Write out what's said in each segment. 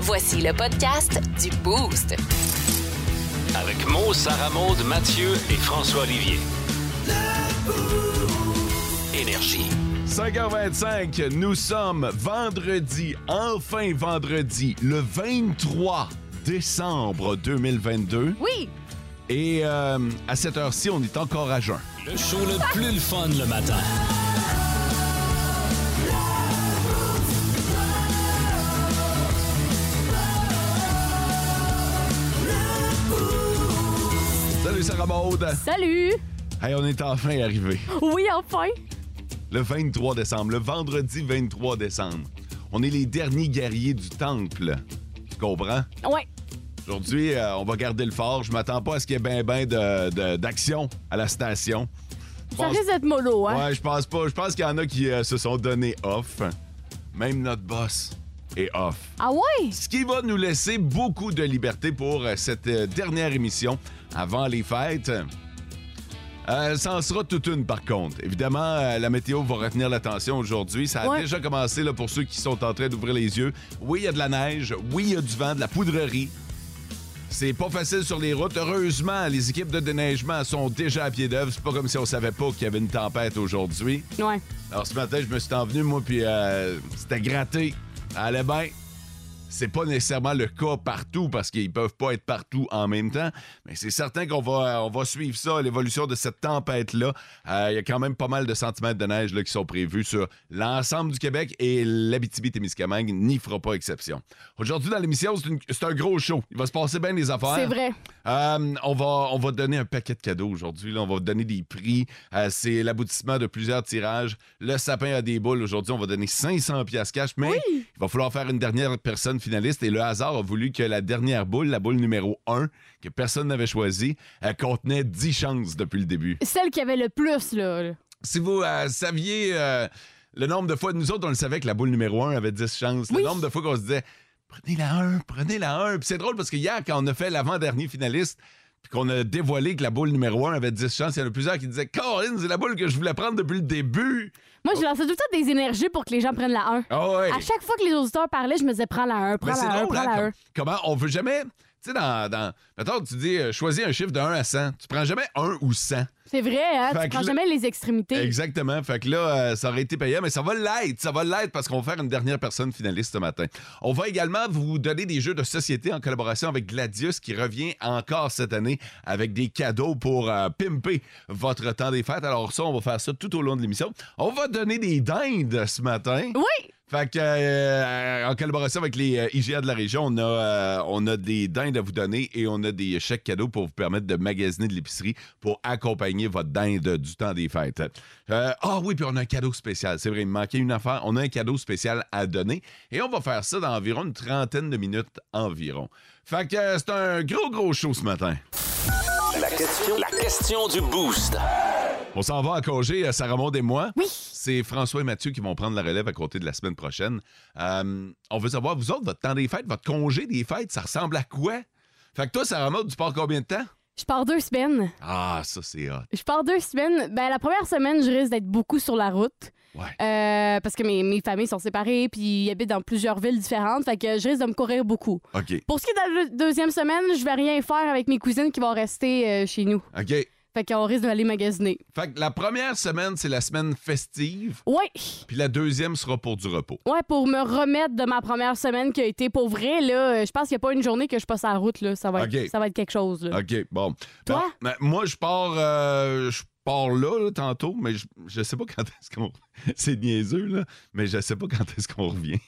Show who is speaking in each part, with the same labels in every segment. Speaker 1: Voici le podcast du Boost.
Speaker 2: Avec Mo, Sarah Maud, Mathieu et François Olivier. Énergie.
Speaker 3: 5h25, nous sommes vendredi, enfin vendredi, le 23 décembre 2022.
Speaker 4: Oui.
Speaker 3: Et euh, à cette heure-ci, on est encore à jeun.
Speaker 2: Le show le plus le fun le matin.
Speaker 3: Salut Sarah Maud.
Speaker 4: Salut.
Speaker 3: Hey, on est enfin arrivé.
Speaker 4: Oui, enfin.
Speaker 3: Le 23 décembre, le vendredi 23 décembre. On est les derniers guerriers du temple. Tu comprends?
Speaker 4: Ouais.
Speaker 3: Aujourd'hui, euh, on va garder le fort. Je m'attends pas à ce qu'il y ait ben ben de- de- d'action à la station. Je
Speaker 4: Ça
Speaker 3: pense-
Speaker 4: risque d'être mollo, hein?
Speaker 3: Ouais, je pense pas. Je pense qu'il y en a qui euh, se sont donnés off. Même notre boss est off.
Speaker 4: Ah ouais?
Speaker 3: Ce qui va nous laisser beaucoup de liberté pour euh, cette euh, dernière émission avant les fêtes. Euh, ça en sera toute une, par contre. Évidemment, euh, la météo va retenir l'attention aujourd'hui. Ça a
Speaker 4: Ouais.
Speaker 3: déjà commencé là, pour ceux qui sont en train d'ouvrir les yeux. Oui, il y a de la neige. Oui, il y a du vent, de la poudrerie. C'est pas facile sur les routes. Heureusement, les équipes de déneigement sont déjà à pied d'œuvre. C'est pas comme si on savait pas qu'il y avait une tempête aujourd'hui.
Speaker 4: Ouais.
Speaker 3: Alors ce matin, je me suis envenu, moi, puis euh, c'était gratté. Ça allait bien. C'est pas nécessairement le cas partout parce qu'ils peuvent pas être partout en même temps, mais c'est certain qu'on va, on va suivre ça, l'évolution de cette tempête-là. Euh, Il y a quand même pas mal de centimètres de neige là, qui sont prévus sur l'ensemble du Québec et l'Abitibi-Témiscamingue n'y fera pas exception. Aujourd'hui, dans l'émission, c'est une- c'est un gros show. Il va se passer bien des affaires.
Speaker 4: C'est vrai.
Speaker 3: Euh, on, va, on va donner un paquet de cadeaux aujourd'hui. là. On va donner des prix. Euh, c'est l'aboutissement de plusieurs tirages. Le sapin à des boules. Aujourd'hui, on va donner 500 piastres cash, mais il va falloir faire une dernière personne finaliste. Et le hasard a voulu que la dernière boule, la boule numéro 1, que personne n'avait choisie, elle contenait 10 chances depuis le début.
Speaker 4: Celle qui avait le plus, là. là.
Speaker 3: Si vous euh, saviez euh, le nombre de fois, nous autres, on le savait que la boule numéro 1 avait 10 chances. Le
Speaker 4: Oui.
Speaker 3: nombre de fois qu'on se disait, prenez la 1, prenez la 1. Puis c'est drôle parce que hier, quand on a fait l'avant-dernier finaliste, puis qu'on a dévoilé que la boule numéro 1 avait 10 chances, il y en a plusieurs qui disaient, Corinne, c'est la boule que je voulais prendre depuis le début.
Speaker 4: Moi, je lançais tout le temps des énergies pour que les gens prennent la 1.
Speaker 3: Ah ouais.
Speaker 4: À chaque fois que les auditeurs parlaient, je me disais, prends la 1, prends
Speaker 3: Mais c'est
Speaker 4: la 1,
Speaker 3: drôle,
Speaker 4: prends
Speaker 3: hein,
Speaker 4: la
Speaker 3: comme-
Speaker 4: 1.
Speaker 3: comment on veut jamais. Tu sais, dans, dans. Mettons, tu dis, euh, choisis un chiffre de 1 à 100. Tu prends jamais 1 ou 100.
Speaker 4: C'est vrai, hein?
Speaker 3: Fait
Speaker 4: Tu
Speaker 3: que
Speaker 4: prends
Speaker 3: là-
Speaker 4: jamais les extrémités.
Speaker 3: Exactement. Fait que là, euh, ça aurait été payant, mais ça va l'être. Ça va l'être parce qu'on va faire une dernière personne finaliste ce matin. On va également vous donner des jeux de société en collaboration avec Gladius qui revient encore cette année avec des cadeaux pour euh, pimper votre temps des fêtes. Alors ça, on va faire ça tout au long de l'émission. On va donner des dindes ce matin.
Speaker 4: Oui!
Speaker 3: Fait que, euh, en collaboration avec les euh, IGA de la région, on a, euh, on a des dindes à vous donner et on a des chèques cadeaux pour vous permettre de magasiner de l'épicerie pour accompagner votre dinde du temps des fêtes. Euh, Ah oui, puis on a un cadeau spécial. C'est vrai, il me manquait une affaire. On a un cadeau spécial à donner et on va faire ça dans environ une trentaine de minutes environ. Fait que euh, c'est un gros, gros show ce matin.
Speaker 2: La question, la question du boost.
Speaker 3: On s'en va à congé, euh, Sarah Maud et moi.
Speaker 4: Oui.
Speaker 3: C'est François et Mathieu qui vont prendre la relève à côté de la semaine prochaine. Euh, on veut savoir, vous autres, votre temps des fêtes, votre congé des fêtes, ça ressemble à quoi? Fait que toi, Sarah Maud, tu pars combien de temps?
Speaker 4: Je pars deux semaines.
Speaker 3: Ah, ça, c'est hot.
Speaker 4: Je pars deux semaines. Ben, la première semaine, je risque d'être beaucoup sur la route.
Speaker 3: Ouais.
Speaker 4: euh, parce que mes, mes familles sont séparées, puis ils habitent dans plusieurs villes différentes. Fait que je risque de me courir beaucoup.
Speaker 3: OK.
Speaker 4: Pour ce qui est de la deux- deuxième semaine, je vais rien faire avec mes cousines qui vont rester euh, chez nous.
Speaker 3: OK.
Speaker 4: Fait qu'on risque d'aller magasiner.
Speaker 3: Fait que la première semaine, c'est la semaine festive,
Speaker 4: Ouais!
Speaker 3: puis la deuxième sera pour du repos.
Speaker 4: Ouais, pour me remettre de ma première semaine qui a été pour vrai, là, euh, je pense qu'il n'y a pas une journée que je passe à la route, là. Ça va être,
Speaker 3: Ok.
Speaker 4: ça va être quelque chose, là.
Speaker 3: OK, bon.
Speaker 4: Toi?
Speaker 3: Bon, ben, moi, je pars, euh, je pars là, là, tantôt, mais je, je sais pas quand est-ce qu'on... c'est niaiseux, là, mais je sais pas quand est-ce qu'on revient.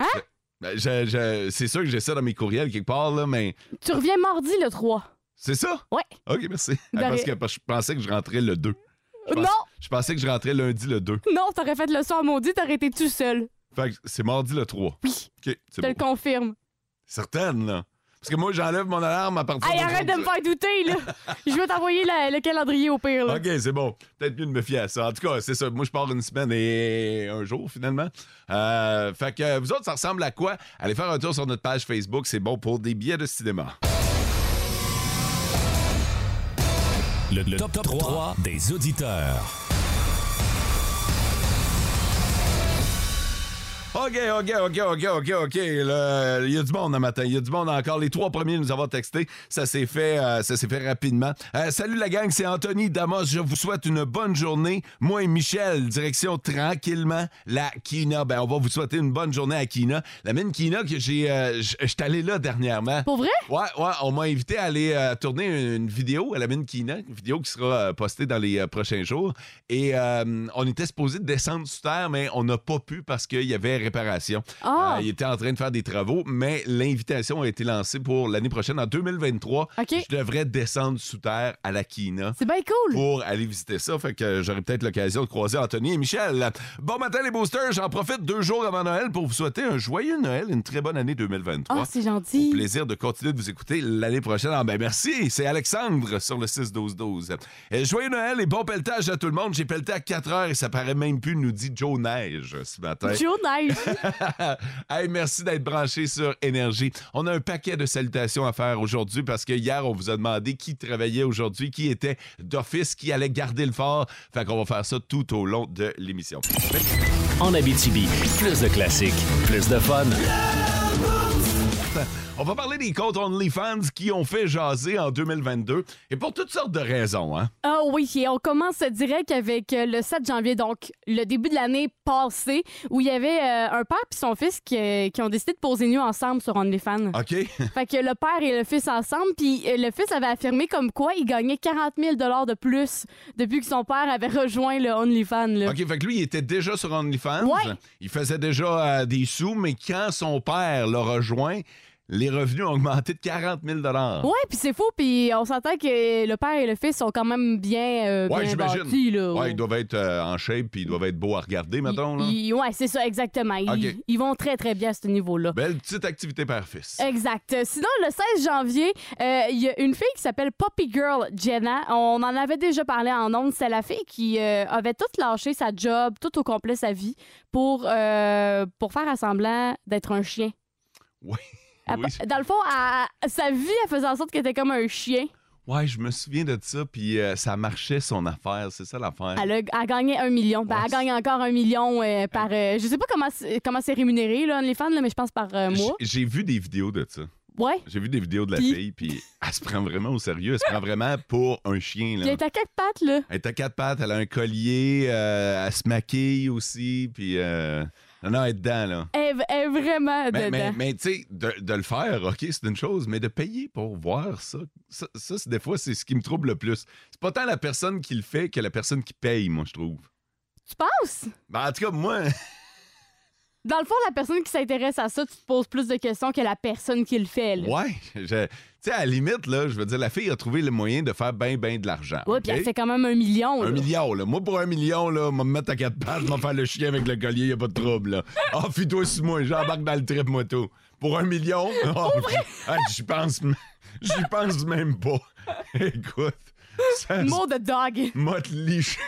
Speaker 4: Hein?
Speaker 3: Je- ben, je- je- c'est sûr que j'ai ça dans mes courriels quelque part, là, mais
Speaker 4: Tu reviens mardi le 3.
Speaker 3: c'est ça?
Speaker 4: Ouais.
Speaker 3: OK, merci.
Speaker 4: De
Speaker 3: Ah, parce,
Speaker 4: rien.
Speaker 3: que, parce que je pensais que je rentrais le 2. Je pense-
Speaker 4: Non!
Speaker 3: Je pensais que je rentrais lundi le 2.
Speaker 4: Non, t'aurais fait le soir maudit, t'aurais été tout seul.
Speaker 3: Fait que c'est mardi le 3.
Speaker 4: Oui,
Speaker 3: OK,
Speaker 4: je te
Speaker 3: c'est
Speaker 4: le
Speaker 3: bon.
Speaker 4: confirme.
Speaker 3: Certaine, là. Parce que moi, j'enlève mon alarme à partir
Speaker 4: Hey, arrête de me faire douter, là. je vais t'envoyer la- le calendrier au pire, là.
Speaker 3: OK, c'est bon. Peut-être mieux de me fier à ça. En tout cas, c'est ça. Moi, je pars une semaine et un jour, finalement. Euh, fait que euh, vous autres, ça ressemble à quoi? Allez faire un tour sur notre page Facebook. C'est bon pour des billets de cinéma.
Speaker 5: Le, top, 3, des auditeurs.
Speaker 3: OK, OK, OK, OK, OK, OK. là, Il y a du monde un matin. Il y a du monde encore. Les trois premiers à nous avoir texté. Ça s'est fait, euh, ça s'est fait rapidement. Euh, salut la gang, c'est Anthony Damas. Je vous souhaite une bonne journée. Moi et Michel, direction tranquillement la Kina. Ben, on va vous souhaiter une bonne journée à Kina. La même Kina que j'ai. euh, j- J'étais allé là dernièrement.
Speaker 4: Pour vrai?
Speaker 3: Ouais, ouais, on m'a invité à aller euh, tourner une, une vidéo à la mine Kina, une vidéo qui sera euh, postée dans les euh, prochains jours. Et euh, on était supposé descendre sur terre, mais on n'a pas pu parce qu'il y avait réparation. Euh,
Speaker 4: Ah!
Speaker 3: il était en train de faire des travaux, mais l'invitation a été lancée pour l'année prochaine, en 2023.
Speaker 4: OK.
Speaker 3: Je devrais descendre sous terre à la Kina
Speaker 4: C'est bien cool.
Speaker 3: pour aller visiter ça. Fait que j'aurai peut-être l'occasion de croiser Anthony et Michel. Bon matin, les boosters. J'en profite deux jours avant Noël pour vous souhaiter un joyeux Noël, une très bonne année 2023
Speaker 4: Ah, c'est gentil.
Speaker 3: plaisir de continuer de vous écouter l'année prochaine. Ah, ben merci, c'est Alexandre sur le 6-12-12. Euh, Joyeux Noël et bon pelletage à tout le monde. J'ai pelleté à 4 heures et ça paraît même plus, nous dit Joe Neige ce matin.
Speaker 4: Joe Neige.
Speaker 3: hey, merci d'être branché sur Énergie. On a un paquet de salutations à faire aujourd'hui parce que hier, on vous a demandé qui travaillait aujourd'hui, qui était d'office, qui allait garder le fort. Fait qu'on va faire ça tout au long de l'émission.
Speaker 5: En Abitibi, plus de classiques, plus de fun.
Speaker 3: On va parler des comptes OnlyFans qui ont fait jaser en 2022 et pour toutes sortes de raisons, hein?
Speaker 4: Ah oui, et on commence direct avec euh, le 7 janvier, donc le début de l'année passée, où il y avait euh, un père puis son fils qui, euh, qui ont décidé de poser nu ensemble sur OnlyFans.
Speaker 3: OK?
Speaker 4: Fait que le père et le fils ensemble, puis euh, le fils avait affirmé comme quoi il gagnait 40 000 de plus depuis que son père avait rejoint le OnlyFans. là.
Speaker 3: OK, fait que lui, il était déjà sur OnlyFans.
Speaker 4: Ouais.
Speaker 3: Il faisait déjà euh, des sous, mais quand son père l'a rejoint, les revenus ont augmenté de 40 000
Speaker 4: Ouais, puis c'est fou, puis on s'entend que le père et le fils sont quand même bien, euh,
Speaker 3: Ouais,
Speaker 4: bien
Speaker 3: j'imagine.
Speaker 4: bâtis, là.
Speaker 3: Ouais, ils doivent être euh, en shape puis ils doivent être beaux à regarder, mettons. Là.
Speaker 4: Ils- ils- ouais, c'est ça, exactement. Ils,
Speaker 3: Ok.
Speaker 4: ils vont très, très bien à ce niveau-là.
Speaker 3: Belle petite activité père-fils.
Speaker 4: Exact. Sinon, le 16 janvier, euh, il y a une fille qui s'appelle Poppy Girl Jenna. On en avait déjà parlé en ondes. C'est la fille qui euh, avait tout lâché sa job, tout au complet sa vie, pour, euh, pour faire à semblant d'être un chien.
Speaker 3: Oui.
Speaker 4: Elle-
Speaker 3: Oui.
Speaker 4: Dans le fond, elle- elle- sa vie, elle faisait en sorte qu'elle était comme un chien.
Speaker 3: Ouais, je me souviens de ça, puis euh, ça marchait son affaire, c'est ça l'affaire.
Speaker 4: Elle a, elle a gagné un million. Ben,
Speaker 3: Ouais,
Speaker 4: elle gagne encore un million euh, par. euh, je sais pas comment c'est- comment c'est rémunéré, là, les fans, là, mais je pense par euh, mois.
Speaker 3: J'ai j'ai vu des vidéos de ça.
Speaker 4: Ouais.
Speaker 3: J'ai vu des vidéos de la
Speaker 4: Puis-
Speaker 3: fille, puis elle se prend vraiment au sérieux. Elle se prend vraiment pour un chien.
Speaker 4: Elle
Speaker 3: Là.
Speaker 4: est à quatre pattes, là.
Speaker 3: Elle est à quatre pattes, elle a un collier, euh, elle se maquille aussi, puis... euh, Non, non, elle est dedans, là.
Speaker 4: Elle, est- elle est vraiment
Speaker 3: Ben, Mais,
Speaker 4: dedans.
Speaker 3: mais, mais, tu sais, de, de le faire, OK, c'est une chose, mais de payer pour voir ça, ça, ça, c'est- des fois, c'est ce qui me trouble le plus. C'est pas tant la personne qui le fait que la personne qui paye, moi, je trouve.
Speaker 4: Tu penses?
Speaker 3: Ben, en tout cas, moi,
Speaker 4: Dans le fond, la personne qui s'intéresse à ça, tu te poses plus de questions que la personne qui le fait. là.
Speaker 3: ouais. je- Tu sais, à la limite, là, je veux dire, la fille a trouvé le moyen de faire bien, bien de l'argent.
Speaker 4: Ouais, puis
Speaker 3: OK?
Speaker 4: elle fait quand même un million.
Speaker 3: Un
Speaker 4: là.
Speaker 3: million, là. Moi, pour un million, là, me mettre à quatre pattes, me faire le chien avec le collier, y a pas de trouble, là. Ah, oh, toi sur moi, j'embarque dans le trip moto. Pour un million, oh, hey, j'y pense, m- j'y pense même pas. Écoute, ça
Speaker 4: Mot de dog.
Speaker 3: m'a te liché.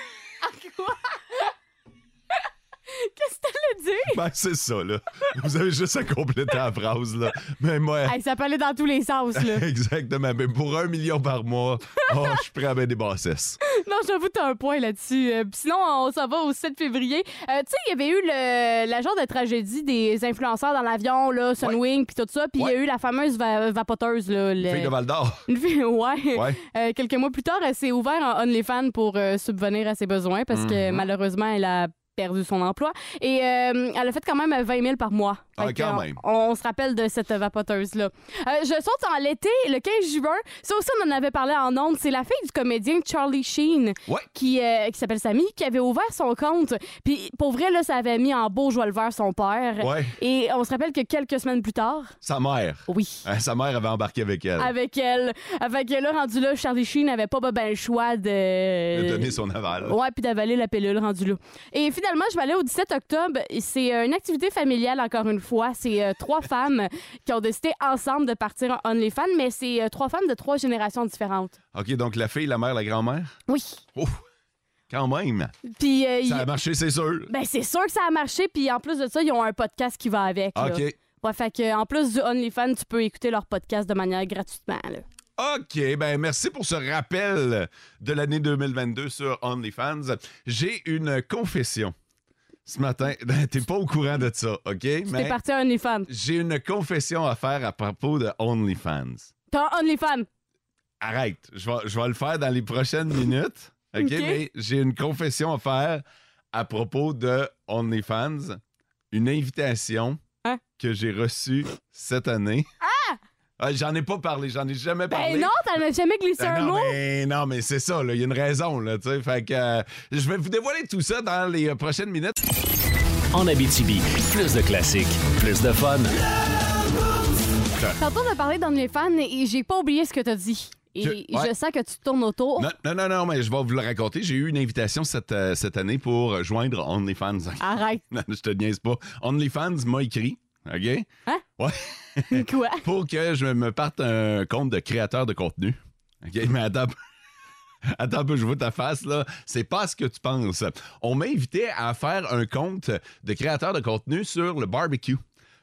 Speaker 4: Qu'est-ce que t'allais dire?
Speaker 3: Ben, c'est ça, là. Vous avez juste à compléter la phrase, là. Mais moi,
Speaker 4: Hey, ça peut aller dans tous les sens, là.
Speaker 3: exactement. Mais pour un million par mois, oh, je suis prêt à mettre des bassesses.
Speaker 4: non, j'avoue, t'as un point là-dessus. Euh, puis sinon, on s'en va au 7 février. Euh, tu sais, il y avait eu le, la genre de tragédie des influenceurs dans l'avion, là, Sunwing, puis tout ça. Puis il y a
Speaker 3: Ouais.
Speaker 4: eu la fameuse va- vapoteuse, là. le-
Speaker 3: Fille de Val d'Or.
Speaker 4: Une fille, ouais.
Speaker 3: Ouais.
Speaker 4: Euh, quelques mois plus tard, elle s'est ouverte en OnlyFans pour euh, subvenir à ses besoins parce que
Speaker 3: Mhm.
Speaker 4: malheureusement, elle a perdu son emploi. Et euh, elle a fait quand même 20 000 par mois.
Speaker 3: Ah,
Speaker 4: Fait que,
Speaker 3: quand
Speaker 4: euh,
Speaker 3: même.
Speaker 4: On, on se rappelle de cette vapoteuse-là. Euh, je saute en l'été, le 15 juin. Ça aussi, on en avait parlé en ondes. C'est la fille du comédien Charlie Sheen
Speaker 3: Ouais.
Speaker 4: qui, euh, qui s'appelle Samy, qui avait ouvert son compte. Puis pour vrai, là, ça avait mis en beau joie le vert son père.
Speaker 3: Ouais.
Speaker 4: Et on se rappelle que quelques semaines plus tard,
Speaker 3: Sa mère.
Speaker 4: oui
Speaker 3: Hein, Sa mère avait embarqué avec elle.
Speaker 4: avec elle. Fait que là, rendu là, Charlie Sheen n'avait pas ben, ben le choix de...
Speaker 3: Elle a donné son aval.
Speaker 4: Ouais, puis d'avaler la pilule rendu là. Et finalement, je vais aller au 17 octobre. C'est euh, une activité familiale, encore une fois. C'est euh, trois femmes qui ont décidé ensemble de partir en OnlyFans, mais c'est euh, trois femmes de trois générations différentes.
Speaker 3: OK, donc la fille, la mère, la grand-mère?
Speaker 4: Oui.
Speaker 3: Oh, quand même.
Speaker 4: Puis, euh,
Speaker 3: Ça a
Speaker 4: y-
Speaker 3: marché, c'est sûr.
Speaker 4: ben, c'est sûr que ça a marché. Puis, en plus de ça, ils ont un podcast qui va avec. là.
Speaker 3: OK.
Speaker 4: Ouais, fait que, en plus du OnlyFans, tu peux écouter leur podcast de manière gratuitement. là.
Speaker 3: OK, ben merci pour ce rappel de l'année 2022 sur OnlyFans. J'ai une confession ce matin. Ben, T'es pas au courant de ça, OK?
Speaker 4: T'es parti à OnlyFans.
Speaker 3: j'ai une confession à faire à propos de OnlyFans.
Speaker 4: T'as un OnlyFans.
Speaker 3: Arrête, je vais, je vais le faire dans les prochaines minutes. OK,
Speaker 4: OK.
Speaker 3: mais j'ai une confession à faire à propos de OnlyFans. Une invitation
Speaker 4: Hein?
Speaker 3: que j'ai reçue cette année. Ah! j'en ai pas parlé, j'en ai jamais parlé.
Speaker 4: Ben non, t'en as jamais glissé
Speaker 3: Ah
Speaker 4: un
Speaker 3: non,
Speaker 4: mot.
Speaker 3: mais, non, mais c'est ça, là, il y a une raison. Là, tu sais. fait que, euh, je vais vous dévoiler tout ça dans les euh, prochaines minutes.
Speaker 5: En Abitibi, plus de classiques, plus de fun.
Speaker 4: Tantôt, on a parlé d'OnlyFans et j'ai pas oublié ce que t'as dit. Et
Speaker 3: Que- ouais.
Speaker 4: je sens que tu te tournes autour.
Speaker 3: Non, non, non, non, mais je vais vous le raconter. J'ai eu une invitation cette, euh, cette année pour joindre OnlyFans.
Speaker 4: Arrête.
Speaker 3: Non, je te niaise pas. OnlyFans m'a écrit, OK?
Speaker 4: Hein?
Speaker 3: Ouais.
Speaker 4: Quoi?
Speaker 3: Pour que je me parte un compte de créateur de contenu. OK? Mais attends. un peu. Attends un peu, je vois ta face, là. C'est pas ce que tu penses. On m'a invité à faire un compte de créateur de contenu sur le barbecue.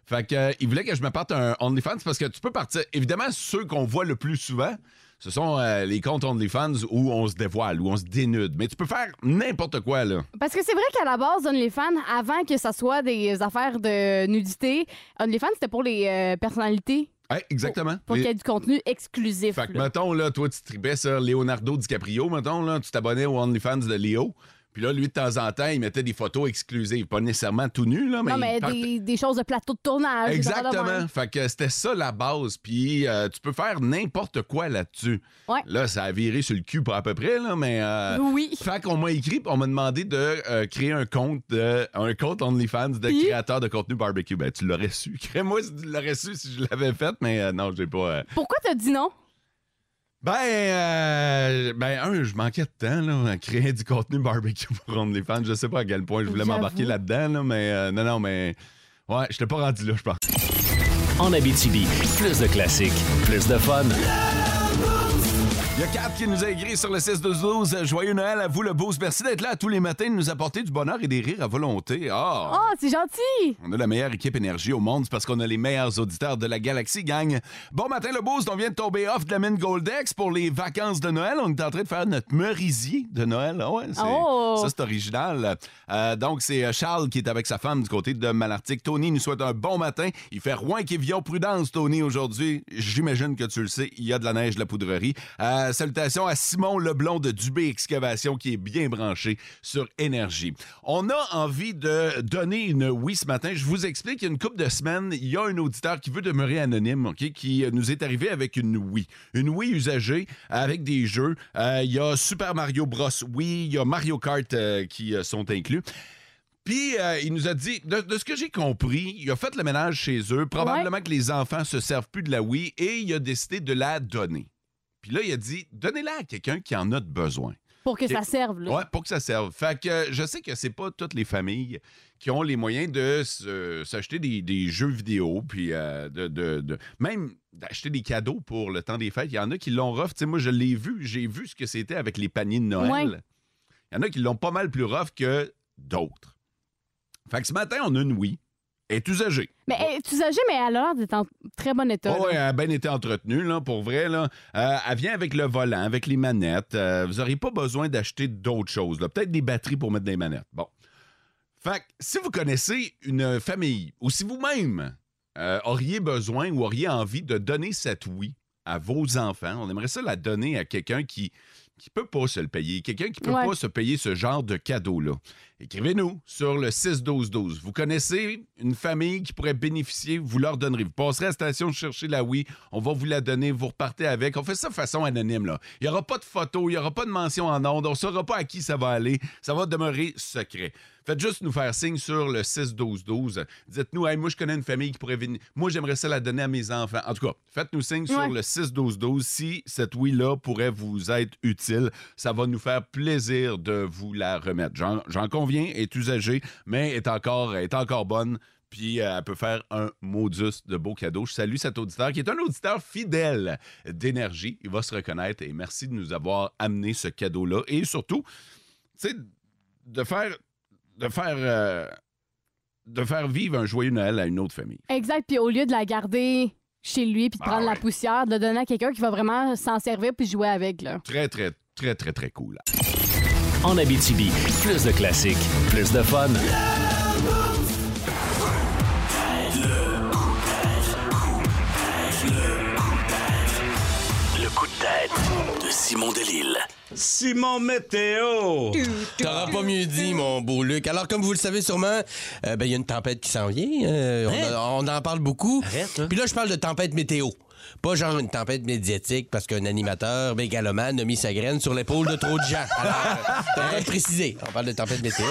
Speaker 3: Fait que, euh, il voulait que je me parte un OnlyFans parce que tu peux partir. Évidemment, ceux qu'on voit le plus souvent, ce sont euh, les comptes OnlyFans où on se dévoile, où on se dénude. Mais tu peux faire n'importe quoi, là.
Speaker 4: Parce que c'est vrai qu'à la base, OnlyFans, avant que ça soit des affaires de nudité, OnlyFans, c'était pour les euh, personnalités,
Speaker 3: Ouais, exactement.
Speaker 4: pour
Speaker 3: Les-
Speaker 4: qu'il y ait du contenu exclusif.
Speaker 3: Fait que,
Speaker 4: là.
Speaker 3: mettons, là, toi, tu tripais sur Leonardo DiCaprio, mettons, là, tu t'abonnais au OnlyFans de Léo. Puis là, lui, de temps en temps, il mettait des photos exclusives. Pas nécessairement tout nu, là, mais.
Speaker 4: non,
Speaker 3: il
Speaker 4: mais
Speaker 3: partait-
Speaker 4: des, des choses de plateau de tournage. des affaires de
Speaker 3: Exactement.
Speaker 4: même.
Speaker 3: Fait que c'était ça la base. Puis euh, tu peux faire n'importe quoi là-dessus.
Speaker 4: Ouais.
Speaker 3: Là, ça a viré sur le cul pas à peu près, là, mais. euh,
Speaker 4: Oui.
Speaker 3: Fait qu'on m'a écrit, puis on m'a demandé de euh, créer un compte, de- un compte OnlyFans de
Speaker 4: Puis?
Speaker 3: créateur de contenu barbecue. Ben, tu l'aurais su. Crée-moi si tu l'aurais su si je l'avais fait, mais euh, non, j'ai pas. euh,
Speaker 4: Pourquoi t'as dit non?
Speaker 3: ben, euh, ben, un, je manquais de temps, là, à créer du contenu barbecue pour rendre les fans. Je sais pas à quel point je voulais
Speaker 4: J'avoue.
Speaker 3: m'embarquer là-dedans, là, mais euh, non, non, mais. Ouais, je t'ai pas rendu là, je pense.
Speaker 5: En Abitibi, plus de classiques, plus de fun.
Speaker 3: Il y a Kat qui nous a écrit sur le 6-12-12. Joyeux Noël à vous, le beau. Merci d'être là tous les matins, de nous apporter du bonheur et des rires à volonté. Ah!
Speaker 4: Oh, c'est gentil!
Speaker 3: On a la meilleure équipe énergie au monde, c'est parce qu'on a les meilleurs auditeurs de la galaxie, gang. Bon matin, le boost. On vient de tomber off de la mine Goldex pour les vacances de Noël. On est en train de faire notre merisier de Noël. Ah ouais, c'est-
Speaker 4: Oh!
Speaker 3: Ça, c'est original. Euh, donc, c'est euh, Charles qui est avec sa femme du côté de Malartic. Tony nous souhaite un bon matin. Il fait Rouen Quévillon Prudence, Tony, aujourd'hui. J'imagine que tu le sais, il y a de la neige, de la poudrerie. Euh, salutations à Simon Leblond de Dubé Excavation qui est bien branché sur énergie. On a envie de donner une oui ce matin. Je vous explique, il y a une couple de semaines, il y a un auditeur qui veut demeurer anonyme, OK, qui euh, nous est arrivé avec une oui. Une oui usagée avec des jeux. Euh, Il y a Super Mario Bros. Oui, il y a Mario Kart euh, qui euh, sont inclus. Puis euh, il nous a dit, de, de ce que j'ai compris, il a fait le ménage chez eux. Probablement que les enfants se servent plus de la Wii et il a décidé de la donner. Puis là, il a dit, donnez-la à quelqu'un qui en a de besoin.
Speaker 4: Pour que
Speaker 3: Ok.
Speaker 4: ça serve, là.
Speaker 3: Ouais, pour que ça serve. Fait que euh, je sais que c'est pas toutes les familles qui ont les moyens de se- s'acheter des, des jeux vidéo, puis euh, de, de- de- même d'acheter des cadeaux pour le temps des fêtes. Il y en a qui l'ont rough. Tu sais, moi, je l'ai vu. J'ai vu ce que c'était avec les paniers de Noël. Il
Speaker 4: Ouais.
Speaker 3: y en a qui l'ont pas mal plus rough que d'autres. Fait que ce matin, on a une oui. Elle est usagée.
Speaker 4: Mais
Speaker 3: Bon.
Speaker 4: eh, tu sais, mais elle a l'air d'être en très bon état.
Speaker 3: Oh,
Speaker 4: là.
Speaker 3: ouais, elle a bien été entretenue, là, pour vrai. Là. Euh, elle vient avec le volant, avec les manettes. Euh, vous n'aurez pas besoin d'acheter d'autres choses. là. Peut-être des batteries pour mettre des manettes. Bon. Fait que, si vous connaissez une famille ou si vous-même euh, auriez besoin ou auriez envie de donner cette oui à vos enfants, on aimerait ça la donner à quelqu'un qui qui peut pas se le payer, quelqu'un qui peut
Speaker 4: Ouais.
Speaker 3: pas se payer ce genre de cadeau-là. Écrivez-nous sur le 6-12-12. Vous connaissez une famille qui pourrait bénéficier, vous leur donnerez. Vous passerez à la station chercher la oui, on va vous la donner, vous repartez avec. On fait ça de façon anonyme. Là. Il n'y aura pas de photo, il n'y aura pas de mention en ondes, on ne saura pas à qui ça va aller. Ça va demeurer secret. Faites juste nous faire signe sur le 6-12-12. Dites-nous, Hey, moi, je connais une famille qui pourrait venir. Moi, j'aimerais ça la donner à mes enfants. En tout cas, faites-nous signe sur
Speaker 4: Ouais.
Speaker 3: le 6-12-12 si cette oui-là pourrait vous être utile. Ça va nous faire plaisir de vous la remettre. J'en j'en conviens, est usagée, mais est encore, est encore bonne. Puis euh, elle peut faire un modus de beau cadeau. Je salue cet auditeur qui est un auditeur fidèle d'énergie. Il va se reconnaître et merci de nous avoir amené ce cadeau-là. Et surtout, tu sais, de faire de faire euh, de faire vivre un joyeux Noël à une autre famille.
Speaker 4: Exact. Puis au lieu de la garder chez lui puis de
Speaker 3: Ah
Speaker 4: prendre
Speaker 3: ouais.
Speaker 4: la poussière, de la donner à quelqu'un qui va vraiment s'en servir puis jouer avec, là.
Speaker 3: Très très très très très cool.
Speaker 5: En Abitibi, plus de classiques, plus de fun.
Speaker 2: Raymond Delille.
Speaker 6: Simon Météo!
Speaker 7: T'auras pas mieux dit, mon beau Luc. Alors, comme vous le savez sûrement, euh, ben, il y a une tempête qui s'en vient. euh, on
Speaker 6: Hein?
Speaker 7: a- on, en parle beaucoup.
Speaker 6: Arrête, hein?
Speaker 7: Puis là, je parle de tempête météo. Pas genre une tempête médiatique parce qu'un animateur mégalomane a mis sa graine sur l'épaule de trop de gens. Alors, euh, t'aurais précisé. On parle de tempête météo.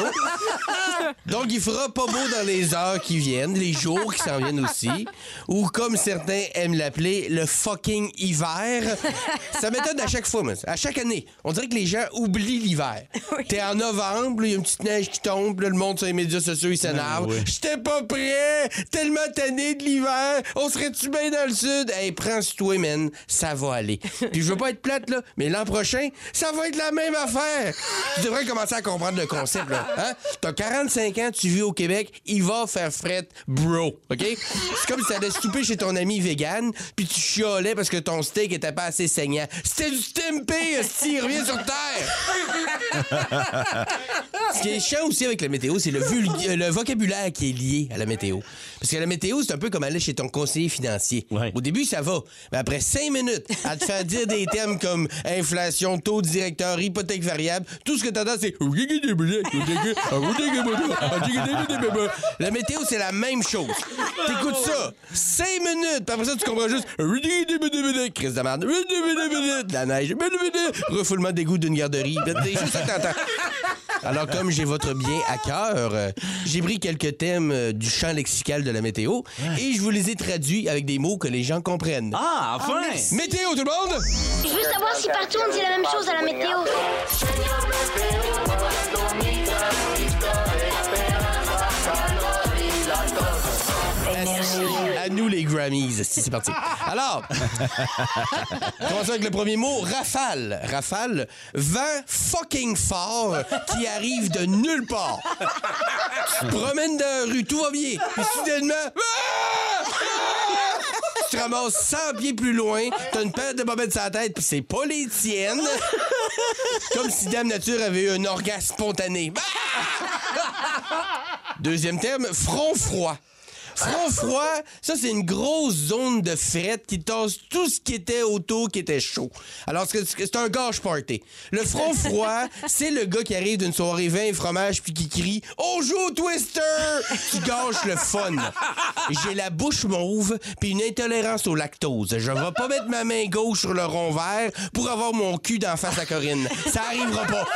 Speaker 7: Donc, il fera pas beau dans les heures qui viennent, les jours qui s'en viennent aussi, ou comme certains aiment l'appeler, le fucking hiver. Ça m'étonne à chaque fois, mais à chaque année. On dirait que les gens oublient l'hiver. T'es en novembre, là, il y a une petite neige qui tombe, là, le monde sur les médias sociaux, il s'énerve. J'étais pas prêt, tellement tanné de l'hiver, on serait-tu bien dans le sud? Hey, prends-toi, man, ça va aller. Puis je veux pas être plate, là, mais l'an prochain, ça va être la même affaire. Tu devrais commencer à comprendre le concept, là. Hein? T'as 45 ans, tu vis au Québec, il va faire fret, bro. OK? C'est comme si t'allais souper chez ton ami vegan, puis tu chiolais parce que ton steak était pas assez saignant. C'était du tempeh, hostie, reviens sur terre! Ce qui est chiant aussi avec la météo, c'est le, vulg- euh, le vocabulaire qui est lié à la météo. Parce que la météo, c'est un peu comme aller chez ton conseiller financier.
Speaker 6: Ouais.
Speaker 7: Au début, ça va. Mais après cinq minutes, à te faire dire des termes comme inflation, taux directeur, hypothèque variable, tout ce que t'entends, c'est... La météo, c'est la même chose. T'écoutes ça, cinq minutes, puis après ça, tu comprends juste... Crise de merde, de la neige, refoulement d'égout d'une garderie. C'est juste ça que t'entends. Alors, comme j'ai votre bien à cœur, euh, j'ai pris quelques thèmes euh, du champ lexical de la météo et je vous les ai traduits avec des mots que les gens comprennent.
Speaker 6: Ah, enfin!
Speaker 7: Météo, tout le monde!
Speaker 8: Je veux savoir si partout on dit la même chose à la météo.
Speaker 7: À nous, les Grammys. Si, C'est parti. Alors, commençons avec le premier mot, rafale. Rafale, vent fucking fort qui arrive de nulle part. Tu te promènes dans la rue, tout va bien. Puis soudainement, ah! Ah! tu te ramasses 100 pieds plus loin, t'as une paire de bobettes sur la tête, puis c'est pas les tiennes. Comme si Dame Nature avait eu un orgasme spontané. Ah! Deuxième terme, front froid. Front froid, ça c'est une grosse zone de fret qui tasse tout ce qui était autour qui était chaud. Alors c'est c'est un gâche party. Le front froid, c'est le gars qui arrive d'une soirée vin et fromage puis qui crie "On joue au Twister!" qui gâche le fun. J'ai la bouche mauve puis une intolérance au lactose. Je vais pas mettre ma main gauche sur le rond vert pour avoir mon cul d'en face à Corinne. Ça arrivera pas.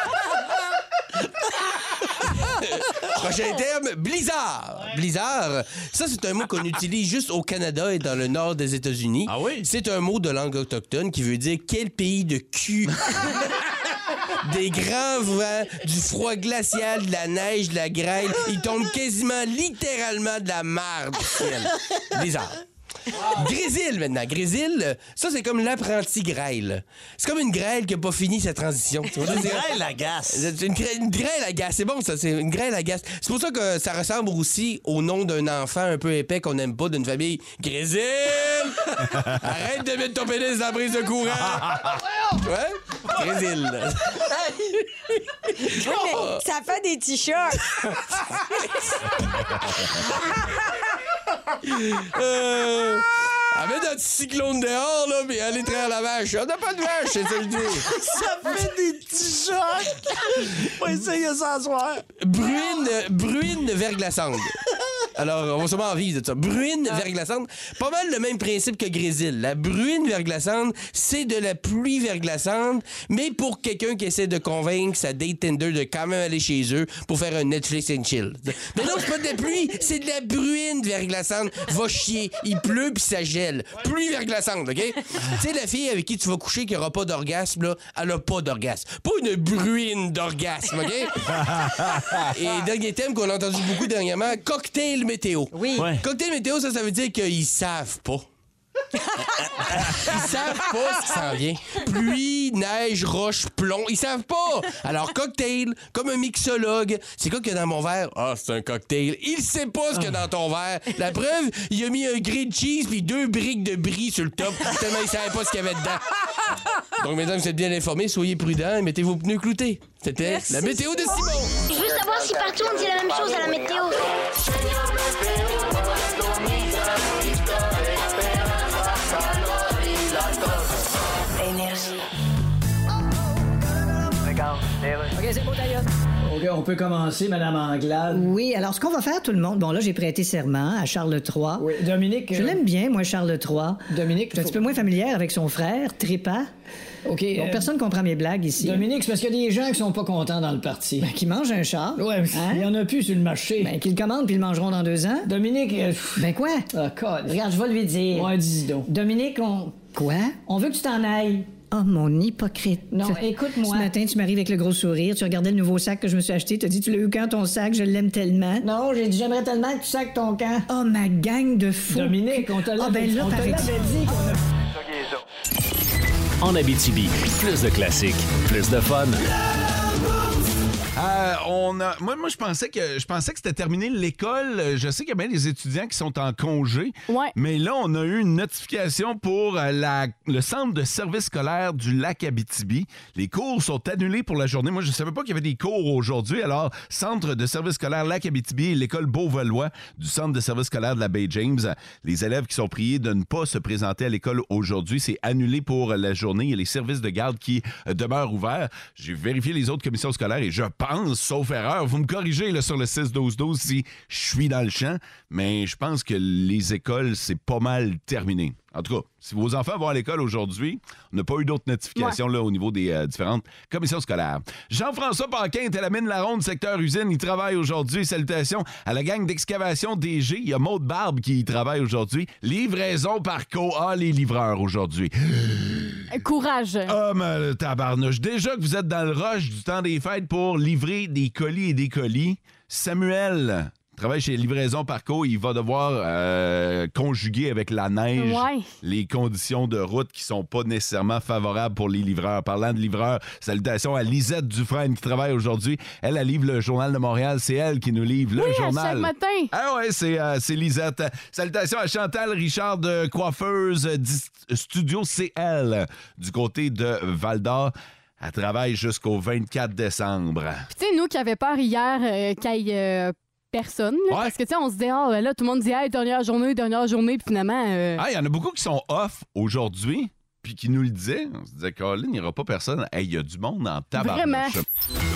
Speaker 7: Prochain terme, blizzard. Blizzard, ça c'est un mot qu'on utilise juste au Canada et dans le nord des États-Unis.
Speaker 6: Ah oui?
Speaker 7: C'est un mot de langue autochtone qui veut dire quel pays de cul. Des grands vents, du froid glacial, de la neige, de la grêle, il tombe quasiment littéralement de la marde du ciel. Blizzard. Grésil, maintenant. Grésil, ça, c'est comme l'apprenti grêle. C'est comme une grêle qui n'a pas fini sa transition. Tu vois, c'est-
Speaker 6: Hey, la gasse!
Speaker 7: c'est une, gra- une grêle à gaz. C'est bon, ça. C'est une grêle à gaz. C'est pour ça que ça ressemble aussi au nom d'un enfant un peu épais qu'on n'aime pas d'une famille. Grésil! Arrête de mettre ton pénis dans la brise de courant! ouais? Grésil. Oh!
Speaker 9: Oui, mais ça fait des t-shirts.
Speaker 7: Euh, amène notre cyclone dehors, là, puis allez traire la vache. On n'a pas de vache, c'est ça le dire.
Speaker 6: Ça fait des petits chocs! On va essayer ça ce soir.
Speaker 7: Bruine, euh, bruine verglaçante. Alors, on va sûrement en vivre de ça. Bruine verglaçante, pas mal le même principe que Grésil. La bruine verglaçante, c'est de la pluie verglaçante, mais pour quelqu'un qui essaie de convaincre sa date Tinder de quand même aller chez eux pour faire un Netflix and chill. Mais non, c'est pas de la pluie, c'est de la bruine verglaçante. Va chier, il pleut puis ça gèle. Pluie verglaçante, OK? tu sais, la fille avec qui tu vas coucher qui aura pas d'orgasme, là, elle a pas d'orgasme. Pas une bruine d'orgasme, OK? Et dernier thème qu'on a entendu beaucoup dernièrement, cocktail météo.
Speaker 9: Oui.
Speaker 6: Ouais.
Speaker 7: Cocktail météo, ça, ça veut dire qu'ils savent pas. Ils savent pas ce qui s'en vient. Pluie, neige, roche, plomb, ils savent pas. Alors, cocktail, comme un mixologue, c'est quoi qu'il y a dans mon verre? Ah, c'est un cocktail. Il sait pas ce qu'il y a dans ton verre. La preuve, il a mis un grilled cheese puis deux briques de brie sur le top tellement il savait pas ce qu'il y avait dedans. Donc, mesdames, vous êtes bien informés, soyez prudents et mettez vos pneus cloutés. C'était la météo de Simon.
Speaker 8: Je veux savoir si partout on dit la même chose à la météo. Énergie.
Speaker 10: on peut commencer, Madame Anglade.
Speaker 11: Oui, alors ce qu'on va faire, tout le monde, bon, là, j'ai prêté serment à Charles III.
Speaker 10: Oui, Dominique.
Speaker 11: Je
Speaker 10: euh,
Speaker 11: l'aime bien, moi, Charles III.
Speaker 10: Dominique,
Speaker 11: Je suis un
Speaker 10: faut-
Speaker 11: petit peu moins familière avec son frère, Trépas.
Speaker 10: OK.
Speaker 11: Bon,
Speaker 10: euh,
Speaker 11: personne comprend mes blagues ici.
Speaker 10: Dominique, c'est parce qu'il y a des gens qui sont pas contents dans le parti.
Speaker 11: Ben, qui mange un char.
Speaker 10: Ouais, mais il y en a plus sur le marché.
Speaker 11: Ben, qu'ils le commandent puis ils le mangeront dans deux ans.
Speaker 10: Dominique, euh,
Speaker 11: Ben, quoi?
Speaker 10: ah, calice.
Speaker 11: Regarde, je vais lui dire.
Speaker 10: Ouais, dis donc.
Speaker 11: Dominique, on. Quoi? On veut que tu t'en ailles. Oh, mon hypocrite.
Speaker 10: Non, écoute-moi.
Speaker 11: Ce matin, tu m'arrives avec le gros sourire, tu regardais le nouveau sac que je me suis acheté, t'as dit, tu l'as eu quand ton sac, je l'aime tellement.
Speaker 10: Non, j'ai dit j'aimerais tellement que tu sacs ton camp.
Speaker 11: Oh, ma gang de fous.
Speaker 10: Dominique, on te
Speaker 11: Ah,
Speaker 10: l'avait
Speaker 11: ben là,
Speaker 10: on te
Speaker 11: par
Speaker 10: l'avait
Speaker 11: exemple.
Speaker 10: dit qu'on a-
Speaker 5: En Abitibi, plus de classiques, plus de fun.
Speaker 3: Euh, on a- moi, moi je pensais que je pensais que c'était terminé l'école. Euh, Je sais qu'il y a bien des étudiants qui sont en congé.
Speaker 4: Ouais.
Speaker 3: Mais là, on a eu une notification pour euh, la- le centre de service scolaire du lac Abitibi. Les cours sont annulés pour la journée. Moi, je ne savais pas qu'il y avait des cours aujourd'hui. Alors, centre de service scolaire lac Abitibi et l'école Beauvalois du centre de service scolaire de la Baie James. Les élèves qui sont priés de ne pas se présenter à l'école aujourd'hui, c'est annulé pour euh, la journée. Il y a les services de garde qui euh, demeurent ouverts. J'ai vérifié les autres commissions scolaires et je pense, sauf erreur, vous me corrigez là, sur le 6-12-12 si je suis dans le champ, mais je pense que les écoles, c'est pas mal terminé. En tout cas, si vos enfants vont à l'école aujourd'hui, on n'a pas eu d'autres notifications là, au niveau des euh, différentes commissions scolaires. Jean-François Paquin est à la mine la ronde, secteur usine. Il travaille aujourd'hui. Salutations à la gang d'excavation DG. Il y a Maude Barbe qui y travaille aujourd'hui. Livraison par COA, les livreurs aujourd'hui.
Speaker 4: Courage.
Speaker 3: Ah, mais le tabarnouche. Déjà que vous êtes dans le rush du temps des fêtes pour livrer des colis et des colis, Samuel travaille chez Livraison Parco. Il va devoir euh, conjuguer avec la neige
Speaker 4: Ouais.
Speaker 3: les conditions de route qui sont pas nécessairement favorables pour les livreurs. Parlant de livreurs, salutations à Lisette Dufresne qui travaille aujourd'hui. Elle, elle livre le Journal de Montréal. C'est elle qui nous livre le
Speaker 4: Oui, à
Speaker 3: journal.
Speaker 4: chaque matin.
Speaker 3: Ah ouais, c'est euh, c'est Lisette. Salutations à Chantal Richard de Coiffeuse euh, dis- Studio CL du côté de Val d'Or. Elle travaille jusqu'au 24 décembre.
Speaker 4: Puis tu sais, nous qui avions peur hier euh, qu'il y ait euh, personne, là,
Speaker 3: Ouais.
Speaker 4: parce que tu sais, on se dit, ah, là, tout le monde dit, hey, dernière journée, dernière journée, puis finalement, euh,
Speaker 3: Ah, il y en a beaucoup qui sont off aujourd'hui, puis qui nous le disaient. On se disait, Colin, il n'y aura pas personne. Hey, il y a du monde en tabarnouche.
Speaker 4: Vraiment.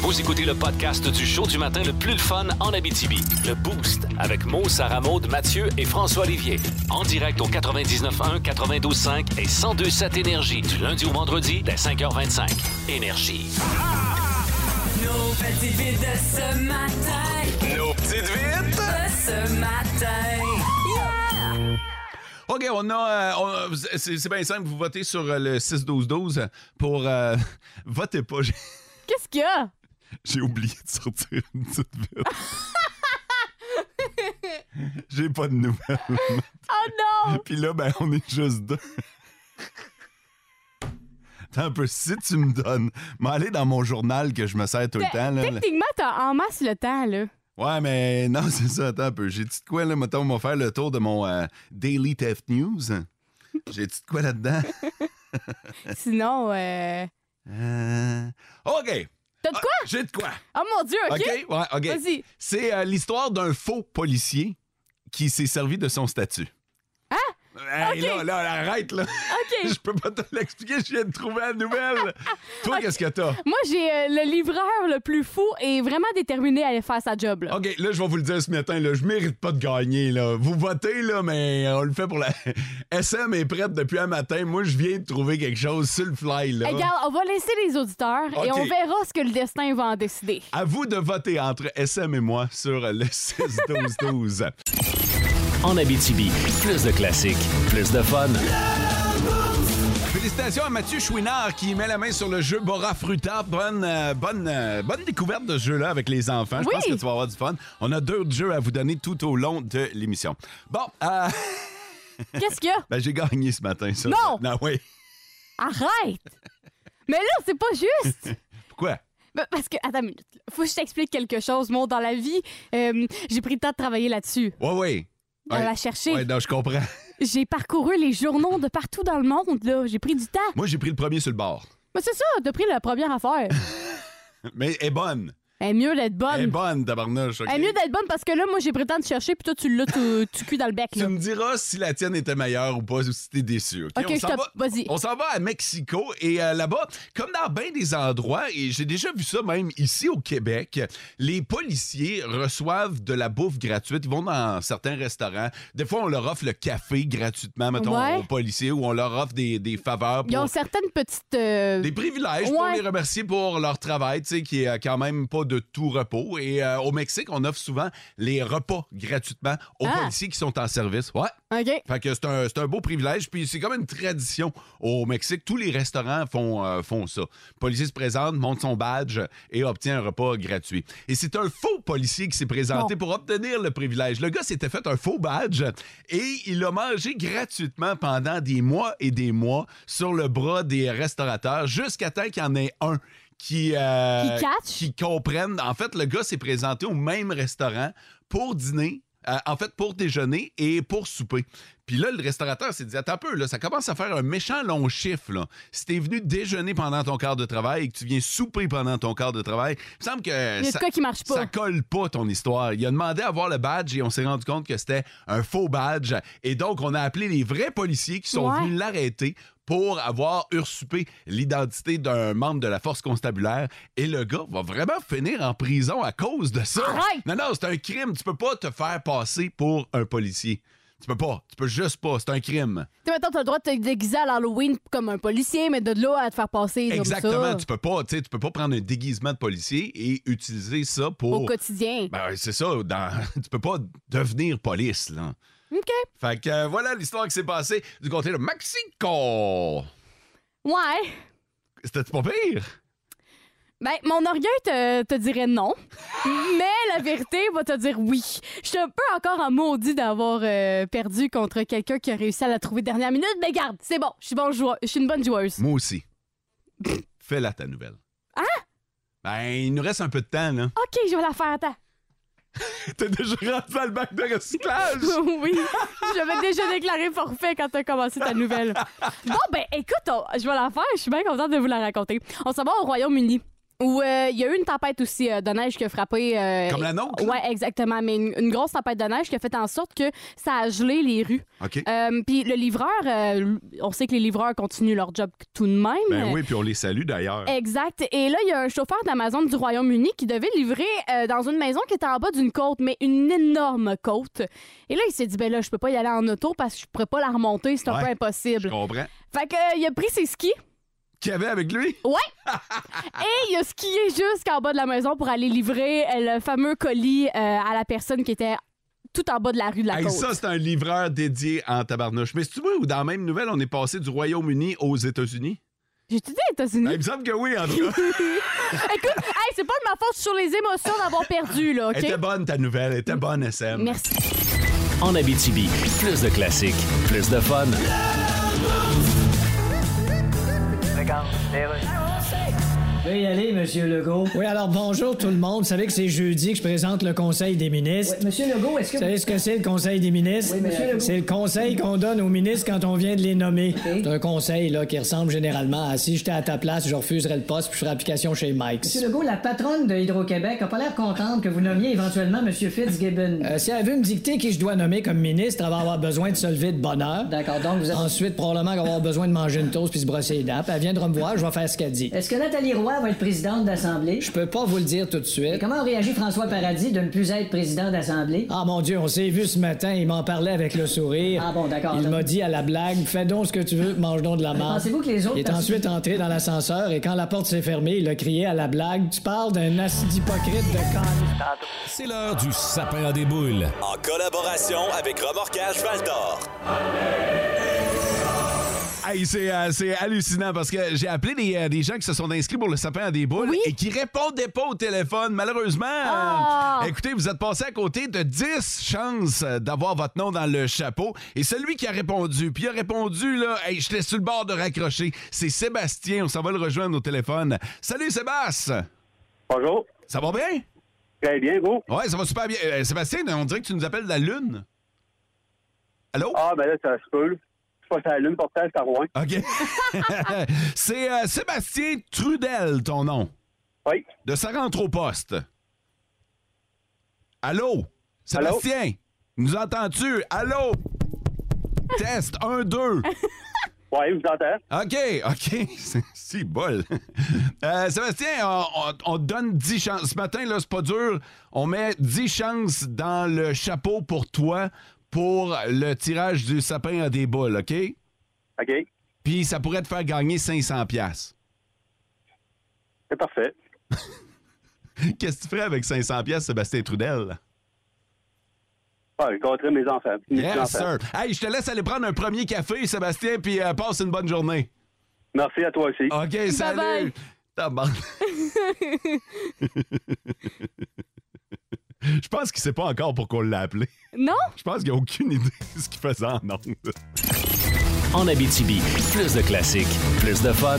Speaker 2: Vous écoutez le podcast du show du matin le plus le fun en Abitibi, le Boost, avec Mo, Sarah Maud, Mathieu et François Olivier. En direct au 99.1, 92.5 et 102.7 Énergie du lundi au vendredi dès 5h25. Énergie.
Speaker 12: Nos petites vites de ce matin. Nos petites vites de ce matin. Yeah!
Speaker 3: OK, on a. euh, on- c'est c'est bien simple, vous votez sur euh, le 6-12-12 pour. euh, votez pas, j'ai-
Speaker 4: qu'est-ce qu'il y a?
Speaker 3: j'ai oublié de sortir une petite vite. j'ai pas de nouvelles.
Speaker 4: Oh non!
Speaker 3: Puis là, ben, on est juste deux. Attends un peu, si tu me donnes. M'aller dans mon journal que je me sers tout le temps. Là,
Speaker 4: Techniquement, t'as en masse le temps, là.
Speaker 3: Ouais, mais non, c'est ça. Attends un peu. J'ai-tu de quoi, là? Mettons, on va faire le tour de mon euh, Daily Theft News. J'ai-tu de quoi là-dedans? Ah.
Speaker 4: Sinon, euh...
Speaker 3: Euh, OK.
Speaker 4: T'as de quoi?
Speaker 3: Ah, J'ai de quoi.
Speaker 4: Oh mon Dieu, OK?
Speaker 3: ouais, OK.
Speaker 4: Vas-y.
Speaker 3: C'est euh, l'histoire d'un faux policier qui s'est servi de son statut. Ah! Hey,
Speaker 4: OK.
Speaker 3: là, là, arrête, là.
Speaker 4: OK.
Speaker 3: Je peux pas te l'expliquer, je viens de trouver la nouvelle. Toi, qu'est-ce que t'as?
Speaker 4: Moi, j'ai euh, le livreur le plus fou et vraiment déterminé à aller faire sa job, là.
Speaker 3: OK, là, je vais vous le dire ce matin, là, je mérite pas de gagner, là. Vous votez, là, mais on le fait pour la... SM est prête depuis un matin. Moi, je viens de trouver quelque chose sur le fly, là.
Speaker 4: Hey, Eh, Regarde, on va laisser les auditeurs et
Speaker 3: OK.
Speaker 4: on verra ce que le destin va en décider.
Speaker 3: À vous de voter entre SM et moi sur le 6-12-12.
Speaker 5: En Abitibi, plus de classiques, plus de fun.
Speaker 3: Félicitations à Mathieu Chouinard qui met la main sur le jeu Bora Fruta. Bonne, euh, bonne, euh, bonne découverte de ce jeu-là avec les enfants. Je
Speaker 4: Oui.
Speaker 3: pense que tu vas avoir du fun. On a deux jeux à vous donner tout au long de l'émission. Bon, euh,
Speaker 4: Qu'est-ce qu'il y a?
Speaker 3: ben, j'ai gagné ce matin, ça.
Speaker 4: Non!
Speaker 3: Non, oui.
Speaker 4: Arrête! Mais là, c'est pas juste!
Speaker 3: Pourquoi?
Speaker 4: Ben, Parce que, attends une minute, là. faut que je t'explique quelque chose. Moi, dans la vie, euh, j'ai pris le temps de travailler là-dessus,
Speaker 3: Ouais, ouais.
Speaker 4: de
Speaker 3: Ouais.
Speaker 4: la chercher.
Speaker 3: Ouais, non, je comprends.
Speaker 4: J'ai parcouru les journaux de partout dans le monde, là. J'ai pris du temps.
Speaker 3: Moi, j'ai pris le premier sur le bord.
Speaker 4: Mais c'est ça, t'as pris la première affaire.
Speaker 3: Mais elle est bonne.
Speaker 4: Elle est mieux d'être
Speaker 3: Elle est
Speaker 4: bonne.
Speaker 3: bonne, tabarnouche. ok?
Speaker 4: Elle est mieux d'être bonne parce que là, moi, j'ai prétendu chercher, puis toi, tu l'as tout, tout cul dans le bec.
Speaker 3: Tu
Speaker 4: Là.
Speaker 3: me diras si la tienne était meilleure ou pas, ou si t'es déçu. OK,
Speaker 4: Ok,
Speaker 3: on
Speaker 4: je
Speaker 3: s'en
Speaker 4: te-
Speaker 3: va-
Speaker 4: vas-y.
Speaker 3: on s'en va à Mexico et euh, là-bas, comme dans bien des endroits, et j'ai déjà vu ça même ici au Québec, les policiers reçoivent de la bouffe gratuite. Ils vont dans certains restaurants. Des fois, on leur offre le café gratuitement, mettons,
Speaker 4: Ouais.
Speaker 3: aux policiers, ou on leur offre des, des faveurs.
Speaker 4: Ils
Speaker 3: pour-
Speaker 4: ont certaines petites. euh,
Speaker 3: des privilèges pour
Speaker 4: Ouais.
Speaker 3: les remercier pour leur travail, tu sais, qui est euh, quand même pas de tout repos. Et euh, au Mexique, on offre souvent les repas gratuitement aux
Speaker 4: Ah.
Speaker 3: policiers qui sont en service. Ouais.
Speaker 4: OK.
Speaker 3: Fait que c'est un, c'est un beau privilège. Puis c'est comme une tradition au Mexique. Tous les restaurants font, euh, font ça. Le policier se présente, monte son badge et obtient un repas gratuit. Et c'est un faux policier qui s'est présenté pour obtenir le privilège. Le gars s'était fait un faux badge et il a mangé gratuitement pendant des mois et des mois sur le bras des restaurateurs jusqu'à temps qu'il y en ait un. Qui, euh,
Speaker 4: Qui catch?
Speaker 3: qui comprennent. En fait, le gars s'est présenté au même restaurant pour dîner. euh, en fait, pour déjeuner et pour souper. Puis là, le restaurateur s'est dit Attends un peu, là, ça commence à faire un méchant long chiffre. Là. Si t'es venu déjeuner pendant ton quart de travail et que tu viens souper pendant ton quart de travail, il me semble que.
Speaker 4: Il y a de
Speaker 3: ça-
Speaker 4: quoi qui marche pas.
Speaker 3: Ça colle pas ton histoire. Il a demandé à voir le badge et on s'est rendu compte que c'était un faux badge. Et donc, on a appelé les vrais policiers qui sont
Speaker 4: Ouais.
Speaker 3: venus l'arrêter pour avoir usurpé l'identité d'un membre de la force constabulaire. Et le gars va vraiment finir en prison à cause de ça.
Speaker 4: Arrête!
Speaker 3: Non, non, c'est un crime. Tu peux pas te faire passer pour un policier. Tu peux pas. Tu peux juste pas. C'est un crime.
Speaker 4: Tu sais, mettons, t'as le droit de te déguiser à l'Halloween comme un policier, mais de là à te faire passer. comme ça,
Speaker 3: Exactement. Tu peux pas, tu sais, tu peux pas prendre un déguisement de policier et utiliser ça pour.
Speaker 4: Au quotidien.
Speaker 3: Ben, c'est ça. Dans... tu peux pas devenir police, là.
Speaker 4: OK.
Speaker 3: Fait que euh, voilà l'histoire qui s'est passée du côté de Mexico.
Speaker 4: Ouais.
Speaker 3: C'était pas pire?
Speaker 4: Ben, mon orgueil te, te dirait non, mais la vérité va te dire oui. Je suis un peu encore en maudit d'avoir euh, perdu contre quelqu'un qui a réussi à la trouver dernière minute, mais garde, c'est bon, je suis bon joueur, je suis une bonne joueuse.
Speaker 3: Moi aussi. Fais-la ta nouvelle.
Speaker 4: Ah!
Speaker 3: Ben, il nous reste un peu de temps, là.
Speaker 4: OK, je vais la faire, attends.
Speaker 3: T'es déjà rentré dans le bac de recyclage?
Speaker 4: oui, j'avais déjà déclaré forfait quand t'as commencé ta nouvelle. Bon, ben écoute, on- je vais la faire, je suis bien contente de vous la raconter. On s'en va au Royaume-Uni. Où euh, il y a eu une tempête aussi euh, de neige qui a frappé. euh,
Speaker 3: Comme la nôtre, là?
Speaker 4: Ouais, exactement. Mais une, une grosse tempête de neige qui a fait en sorte que ça a gelé les rues.
Speaker 3: OK.
Speaker 4: Euh, puis le livreur, euh, on sait que les livreurs continuent leur job tout de même.
Speaker 3: Ben oui, puis on les salue d'ailleurs.
Speaker 4: Exact. Et là, il y a un chauffeur d'Amazon du Royaume-Uni qui devait livrer euh, dans une maison qui était en bas d'une côte, mais une énorme côte. Et là, il s'est dit, ben là, je peux pas y aller en auto parce que je pourrais pas la remonter, c'est un
Speaker 3: Ouais,
Speaker 4: peu
Speaker 3: Je
Speaker 4: impossible.
Speaker 3: comprends.
Speaker 4: Fait que, euh, il a pris ses skis.
Speaker 3: Qu'il y avait avec lui?
Speaker 4: Ouais! Et il a skié jusqu'en bas de la maison pour aller livrer euh, le fameux colis euh, à la personne qui était tout en bas de la rue de la
Speaker 3: Hey,
Speaker 4: côte.
Speaker 3: ça, c'est un livreur dédié en tabarnouche. Mais c'est-tu moi ou dans la même nouvelle, on est passé du Royaume-Uni aux États-Unis?
Speaker 4: J'ai-tu dit États-Unis?
Speaker 3: Ben, il me semble que oui, en tout cas.
Speaker 4: Écoute, hey, c'est pas de ma faute je suis sur les émotions d'avoir perdu, là, OK?
Speaker 3: Elle était bonne, ta nouvelle. Elle était bonne, SM.
Speaker 4: Merci.
Speaker 5: En Abitibi, plus de classiques, plus de fun.
Speaker 10: Veuillez aller, Monsieur Legault. Oui, alors bonjour tout le monde. Vous savez que c'est jeudi que je présente le Conseil des ministres. Monsieur Legault, est-ce que... Vous savez ce que c'est le Conseil des ministres?
Speaker 11: Oui, monsieur Legault.
Speaker 10: C'est le conseil qu'on donne aux ministres quand on vient de les nommer. C'est un conseil là, qui ressemble généralement à si j'étais à ta place, je refuserais le poste puis je ferais application chez Mike.
Speaker 11: Monsieur Legault, la patronne de Hydro-Québec a pas l'air contente que vous nommiez éventuellement Monsieur Fitzgibbon.
Speaker 10: Euh, si elle veut me dicter qui je dois nommer comme ministre, elle va avoir besoin de se lever de bonne heure.
Speaker 11: D'accord, donc vous êtes...
Speaker 10: Ensuite, probablement qu'elle va avoir besoin de manger une toast puis se brosser les dents. Puis Elle viendra me voir, je vais faire ce qu'elle dit.
Speaker 11: Est-ce que Nathalie Roy va être présidente d'Assemblée?
Speaker 10: Je peux pas vous le dire tout de
Speaker 11: Et
Speaker 10: suite.
Speaker 11: comment réagit François Paradis de ne plus être président d'Assemblée?
Speaker 10: Ah mon Dieu, on s'est vu ce matin, il m'en parlait avec le sourire.
Speaker 11: Ah bon, d'accord.
Speaker 10: Il
Speaker 11: Donc-
Speaker 10: m'a dit à la blague, fais donc ce que tu veux, mange donc de la marde.
Speaker 11: Pensez-vous que les autres
Speaker 10: Il est
Speaker 11: personnes-
Speaker 10: ensuite entré dans l'ascenseur et quand la porte s'est fermée, il a crié à la blague, tu parles d'un acide hypocrite de con.
Speaker 5: C'est l'heure du sapin à des boules.
Speaker 13: En collaboration avec Remorquage Valdor.
Speaker 3: Hey, c'est, euh, c'est hallucinant parce que j'ai appelé des, euh, des gens qui se sont inscrits pour le sapin à des boules et qui répondaient pas au téléphone. Malheureusement, euh, écoutez, vous êtes passé à côté de 10 chances euh, d'avoir votre nom dans le chapeau. Et celui qui a répondu, puis il a répondu, là, hey, j'étais sur le bord de raccrocher. C'est Sébastien, on s'en va le rejoindre au téléphone. Salut Sébastien!
Speaker 14: Bonjour.
Speaker 3: Ça va bien?
Speaker 14: Très bien, vous?
Speaker 3: Ouais, ça va super bien. Euh, Sébastien, on dirait que tu nous appelles de la Lune. Allô?
Speaker 14: Ah, ben là, ça se peut. Je passe à la lune, portage, c'est à Rouen.
Speaker 3: OK. c'est euh, Sébastien Trudel, ton nom.
Speaker 14: Oui.
Speaker 3: De sa rentre au poste. Allô?
Speaker 14: Allô?
Speaker 3: Sébastien, nous entends-tu? Allô? Test 1, 2.
Speaker 14: Oui, vous entends?
Speaker 3: OK, OK. C'est- C'est bol. Euh, Sébastien, on, on- on te donne 10 chances. Ce matin, là, c'est pas dur. On met 10 chances dans le chapeau pour toi pour le tirage du sapin à des boules, OK?
Speaker 14: OK.
Speaker 3: Puis ça pourrait te faire gagner 500 pièces.
Speaker 14: C'est parfait.
Speaker 3: Qu'est-ce que tu ferais avec 500 pièces, Sébastien Trudel?
Speaker 14: Ouais, je gâterai mes enfants. Mes
Speaker 3: Yes,
Speaker 14: petits-enfants.
Speaker 3: sir. Hey, je te laisse aller prendre un premier café, Sébastien, puis euh, passe une bonne journée.
Speaker 14: Merci à toi aussi.
Speaker 3: OK, salut.
Speaker 14: bye.
Speaker 3: Tabarnak. Je pense qu'il sait pas encore pourquoi on l'a appelé.
Speaker 4: Non?
Speaker 3: Je pense qu'il a aucune idée de ce qu'il faisait en ondes.
Speaker 5: En Abitibi, plus de classiques, plus de fun.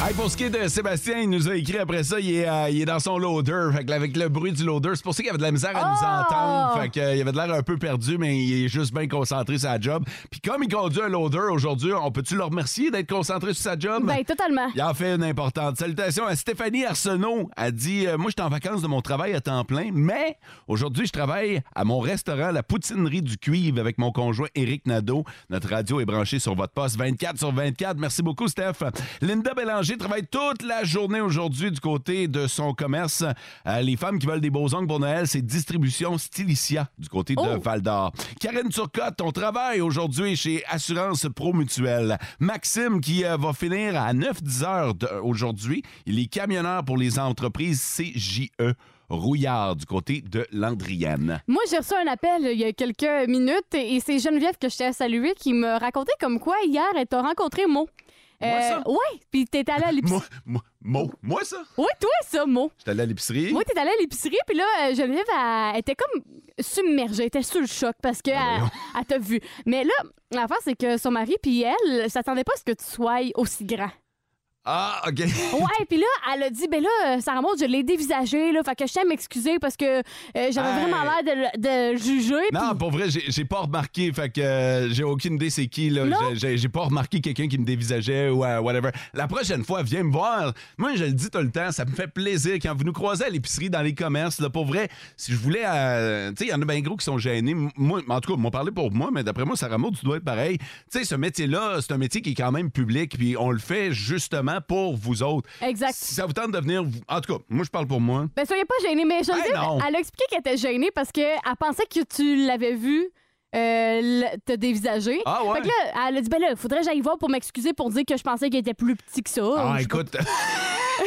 Speaker 3: Hey, pour ce qui est de Sébastien, il nous a écrit après ça, il est, euh, il est dans son loader. Fait que là, avec le bruit du loader, c'est pour ça qu'il avait de la misère à nous entendre. Fait que, euh, il avait de l'air un peu perdu, mais il est juste bien concentré sur sa job. Puis comme il conduit un loader aujourd'hui, on peut-tu le remercier d'être concentré sur sa job?
Speaker 4: Ben, totalement.
Speaker 3: Il en fait une importante. Salutations à Stéphanie Arsenault. Elle dit euh, Moi, je suis en vacances de mon travail à temps plein, mais aujourd'hui, je travaille à mon restaurant, la Poutinerie du Cuivre, avec mon conjoint Éric Nadeau. Notre radio est branchée sur votre poste 24 sur 24. Merci beaucoup, Steph. Linda Bélanger travaille toute la journée aujourd'hui du côté de son commerce. Euh, les femmes qui veulent des beaux ongles pour Noël, c'est Distribution Stylicia du côté de Val d'Or. Karen Turcotte, on travaille aujourd'hui chez Assurance Pro Mutuelle. Maxime qui euh, va finir à 9-10 heures de- aujourd'hui. Il est camionneur pour les entreprises CJE Rouillard du côté de Landrienne.
Speaker 4: Moi, j'ai reçu un appel euh, il y a quelques minutes et et c'est Geneviève que je t'ai saluée qui me racontait comme quoi hier, elle t'a rencontré Mo. Euh,
Speaker 3: Moi, ça?
Speaker 4: Ouais, puis t'es allé à l'épicerie.
Speaker 3: Moi, moi, moi, ça?
Speaker 4: Oui, toi, ça, Mo.
Speaker 3: J'étais allé à l'épicerie.
Speaker 4: Moi, t'es allé à l'épicerie, puis là, euh, Geneviève, elle, elle était comme submergée, elle était sous le choc parce
Speaker 3: Ah,
Speaker 4: qu'elle elle, t'a vu. Mais là, l'affaire, c'est que son mari, puis elle, elle s'attendait pas à ce que tu sois aussi grand.
Speaker 3: Ah, OK.
Speaker 4: Ouais, puis là, elle a dit, ben là, euh, Sarah Maud, je l'ai dévisagé, là, fait que je tiens à m'excuser parce que euh, j'avais
Speaker 3: Hey.
Speaker 4: vraiment l'air de, le- de le juger. puis-
Speaker 3: Non, pour vrai, j'ai j'ai pas remarqué. Fait que euh, j'ai aucune idée c'est qui. là.
Speaker 4: Non.
Speaker 3: J'ai- J'ai j'ai pas remarqué quelqu'un qui me dévisageait ou euh, whatever. La prochaine fois, viens me voir. Moi, je le dis tout le temps, ça me fait plaisir quand vous nous croisez à l'épicerie, dans les commerces. Là, pour vrai, si je voulais. euh, tu sais, il y en a bien gros qui sont gênés. M- Moi, en tout cas, m'ont parlé pour moi, mais d'après moi, Sarah Maud, tu dois être pareil. Tu sais, ce métier-là, c'est un métier qui est quand même public, puis on le fait justement pour vous autres.
Speaker 4: Exact.
Speaker 3: Si ça vous tente de venir. vous- En tout cas, moi, je parle pour moi.
Speaker 4: Ben, soyez pas gênés, mais Geneviève,
Speaker 3: non.
Speaker 4: elle a expliqué qu'elle était gênée parce qu'elle pensait que tu l'avais vu. euh, le- te dévisager.
Speaker 3: Ah ouais?
Speaker 4: Fait que là, elle a dit, ben là, faudrait que j'aille voir pour m'excuser pour dire que je pensais qu'il était plus petit que ça.
Speaker 3: Ah,
Speaker 4: Je-
Speaker 3: écoute.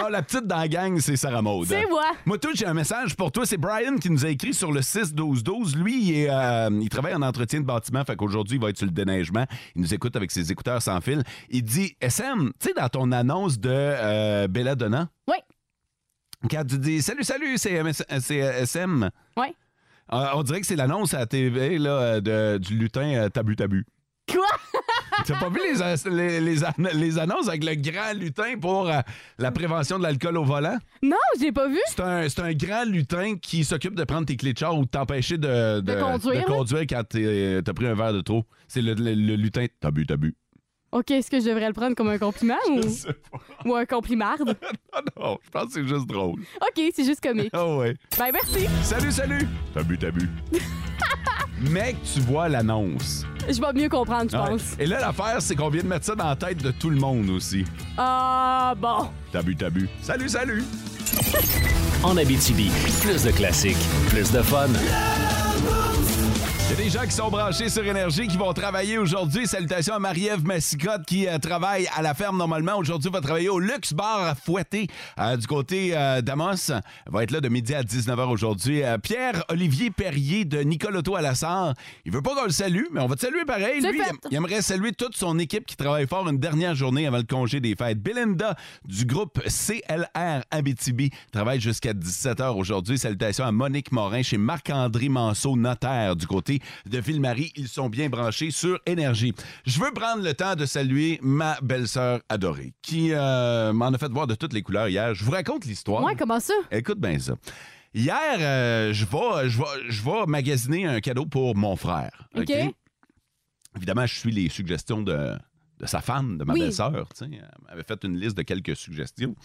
Speaker 3: non, la petite dans la gang, c'est Sarah Maud.
Speaker 4: C'est moi.
Speaker 3: Moi, tout, j'ai un message pour toi. C'est Brian qui nous a écrit sur le 6-12-12. Lui, il, est, euh, il travaille en entretien de bâtiment. Fait qu'aujourd'hui, il va être sur le déneigement. Il nous écoute avec ses écouteurs sans fil. Il dit SM, tu sais, dans ton annonce de euh, Bella Donna,
Speaker 4: Oui,
Speaker 3: quand tu dis Salut, salut, c'est MS euh, c'est, euh, SM.
Speaker 4: oui.
Speaker 3: Euh, on dirait que c'est l'annonce à la TV là, euh, de- du lutin euh, Tabu Tabu.
Speaker 4: Quoi?
Speaker 3: T'as pas vu les, as- les, les an- les annonces avec le grand lutin pour euh, la prévention de l'alcool au volant?
Speaker 4: Non, je l'ai pas vu.
Speaker 3: C'est un, c'est un grand lutin qui s'occupe de prendre tes clés de char ou de t'empêcher de,
Speaker 4: De conduire, là.
Speaker 3: quand t'es- euh, t'as pris un verre de trop. C'est le, le- le lutin. T'as bu, t'as bu.
Speaker 4: OK, est-ce que je devrais le prendre comme un compliment ou... ou un complimarde?
Speaker 3: Oh, je pense que c'est juste drôle.
Speaker 4: OK, c'est juste comique.
Speaker 3: Ah ouais.
Speaker 4: Ben, merci.
Speaker 3: Salut, salut. T'as bu, t'as bu. Mec, tu vois l'annonce.
Speaker 4: Je vais mieux comprendre, je
Speaker 3: Ouais.
Speaker 4: pense.
Speaker 3: Et là, l'affaire, c'est qu'on vient de mettre ça dans la tête de tout le monde aussi.
Speaker 4: Ah, bon.
Speaker 3: T'as bu, t'as bu. Salut, salut.
Speaker 5: En Abitibi, plus de classiques, plus de fun.
Speaker 3: Il y a des gens qui sont branchés sur Énergie qui vont travailler aujourd'hui. Salutations à Marie-Ève Massicotte qui euh, travaille à la ferme normalement. Aujourd'hui, va travailler au Luxe Bar à Fouetté euh, du côté euh, d'Amos. Elle va être là de midi à 19h aujourd'hui. Euh, Pierre-Olivier Perrier de Nicole Auto à la Sarre. Il veut pas qu'on le salue, mais on va te saluer pareil.
Speaker 5: C'est
Speaker 3: Lui,
Speaker 5: fait.
Speaker 3: il- il aimerait saluer toute son équipe qui travaille fort une dernière journée avant le congé des fêtes. Belinda du groupe CLR Abitibi travaille jusqu'à 17h aujourd'hui. Salutations à Monique Morin chez Marc-André Manceau, notaire du côté de Ville-Marie. Ils sont bien branchés sur Énergie. Je veux prendre le temps de saluer ma belle-sœur adorée qui euh, m'en a fait voir de toutes les couleurs hier. Je vous raconte l'histoire.
Speaker 4: Ouais, comment ça?
Speaker 3: Écoute bien ça. Hier, euh, je vais, je, vais, je vais magasiner un cadeau pour mon frère.
Speaker 4: OK.
Speaker 3: Évidemment, je suis les suggestions de, de sa femme, de ma
Speaker 15: Oui.
Speaker 3: belle-sœur. tu sais. Elle m'avait fait une liste de quelques suggestions.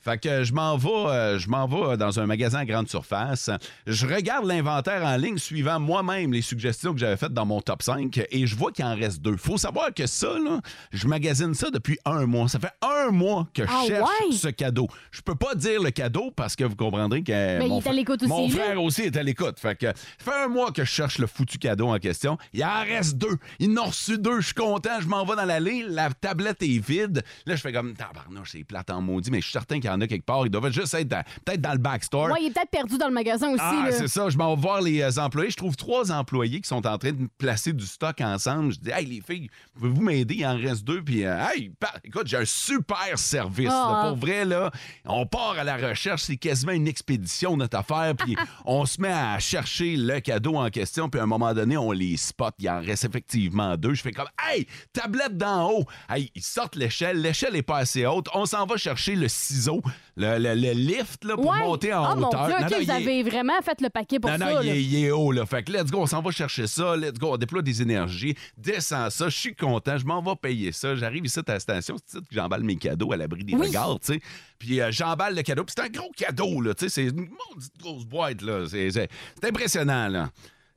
Speaker 3: Fait que je m'en vais, euh, je m'en vais dans un magasin à grande surface. Je regarde l'inventaire en ligne suivant moi-même les suggestions que j'avais faites dans mon top 5 et je vois qu'il en reste deux. Faut savoir que ça, là, je magasine ça depuis un mois. Ça fait un mois que je
Speaker 4: Ah
Speaker 3: cherche
Speaker 4: ouais?
Speaker 3: ce cadeau. Je peux pas dire le cadeau parce que vous comprendrez que
Speaker 4: Mais il
Speaker 3: mon
Speaker 4: est à
Speaker 3: fr-
Speaker 4: l'écoute aussi,
Speaker 3: Mon
Speaker 4: lui.
Speaker 3: frère aussi est à l'écoute. Fait que ça fait un mois que je cherche le foutu cadeau en question. Il en reste deux. Il en a reçu deux. Je suis content. Je m'en vais dans l'allée. La tablette est vide. Là, je fais comme tabarnouche, c'est plate en maudit, mais je suis certain qu'il y en a quelque part. Il doit juste être dans- peut-être dans le backstore.
Speaker 4: Ouais, il est peut-être perdu dans le magasin aussi.
Speaker 3: Ah,
Speaker 4: là.
Speaker 3: c'est ça. Je m'en vais voir les euh, employés. Je trouve trois employés qui sont en train de placer du stock ensemble. Je dis, hey, les filles, pouvez-vous m'aider? Il en reste deux. Puis, euh, hey, pa- écoute, j'ai un super service. là.
Speaker 15: Ah.
Speaker 3: Pour vrai, là, on part à la recherche. C'est quasiment une expédition, notre affaire. Puis, on se met à chercher le cadeau en question. Puis, à un moment donné, on les spot. Il en reste effectivement deux. Je fais comme, hey, tablette d'en haut. Hey, ils sortent l'échelle. L'échelle n'est pas assez haute. On s'en va chercher le ciseau, le, le- le lift, là, pour
Speaker 4: Ouais.
Speaker 3: monter en
Speaker 4: Ah, mon
Speaker 3: hauteur.
Speaker 4: Dieu,
Speaker 3: Non,
Speaker 4: ok,
Speaker 3: non, il
Speaker 4: vous
Speaker 3: est-
Speaker 4: avez vraiment fait le paquet pour
Speaker 3: non,
Speaker 4: ça.
Speaker 3: non, il
Speaker 4: là.
Speaker 3: est, il est haut, là. Fait que let's go, on s'en va chercher ça. Let's go, on déploie des énergies. Descends ça, je suis content, je m'en vais payer ça. J'arrive ici à la station, c'est ici que j'emballe mes cadeaux à l'abri des
Speaker 15: Oui.
Speaker 3: regards, tu sais. Puis euh, j'emballe le cadeau, puis c'est un gros cadeau, là, tu sais. C'est une maudite grosse boîte, là. C'est c'est- c'est impressionnant, là.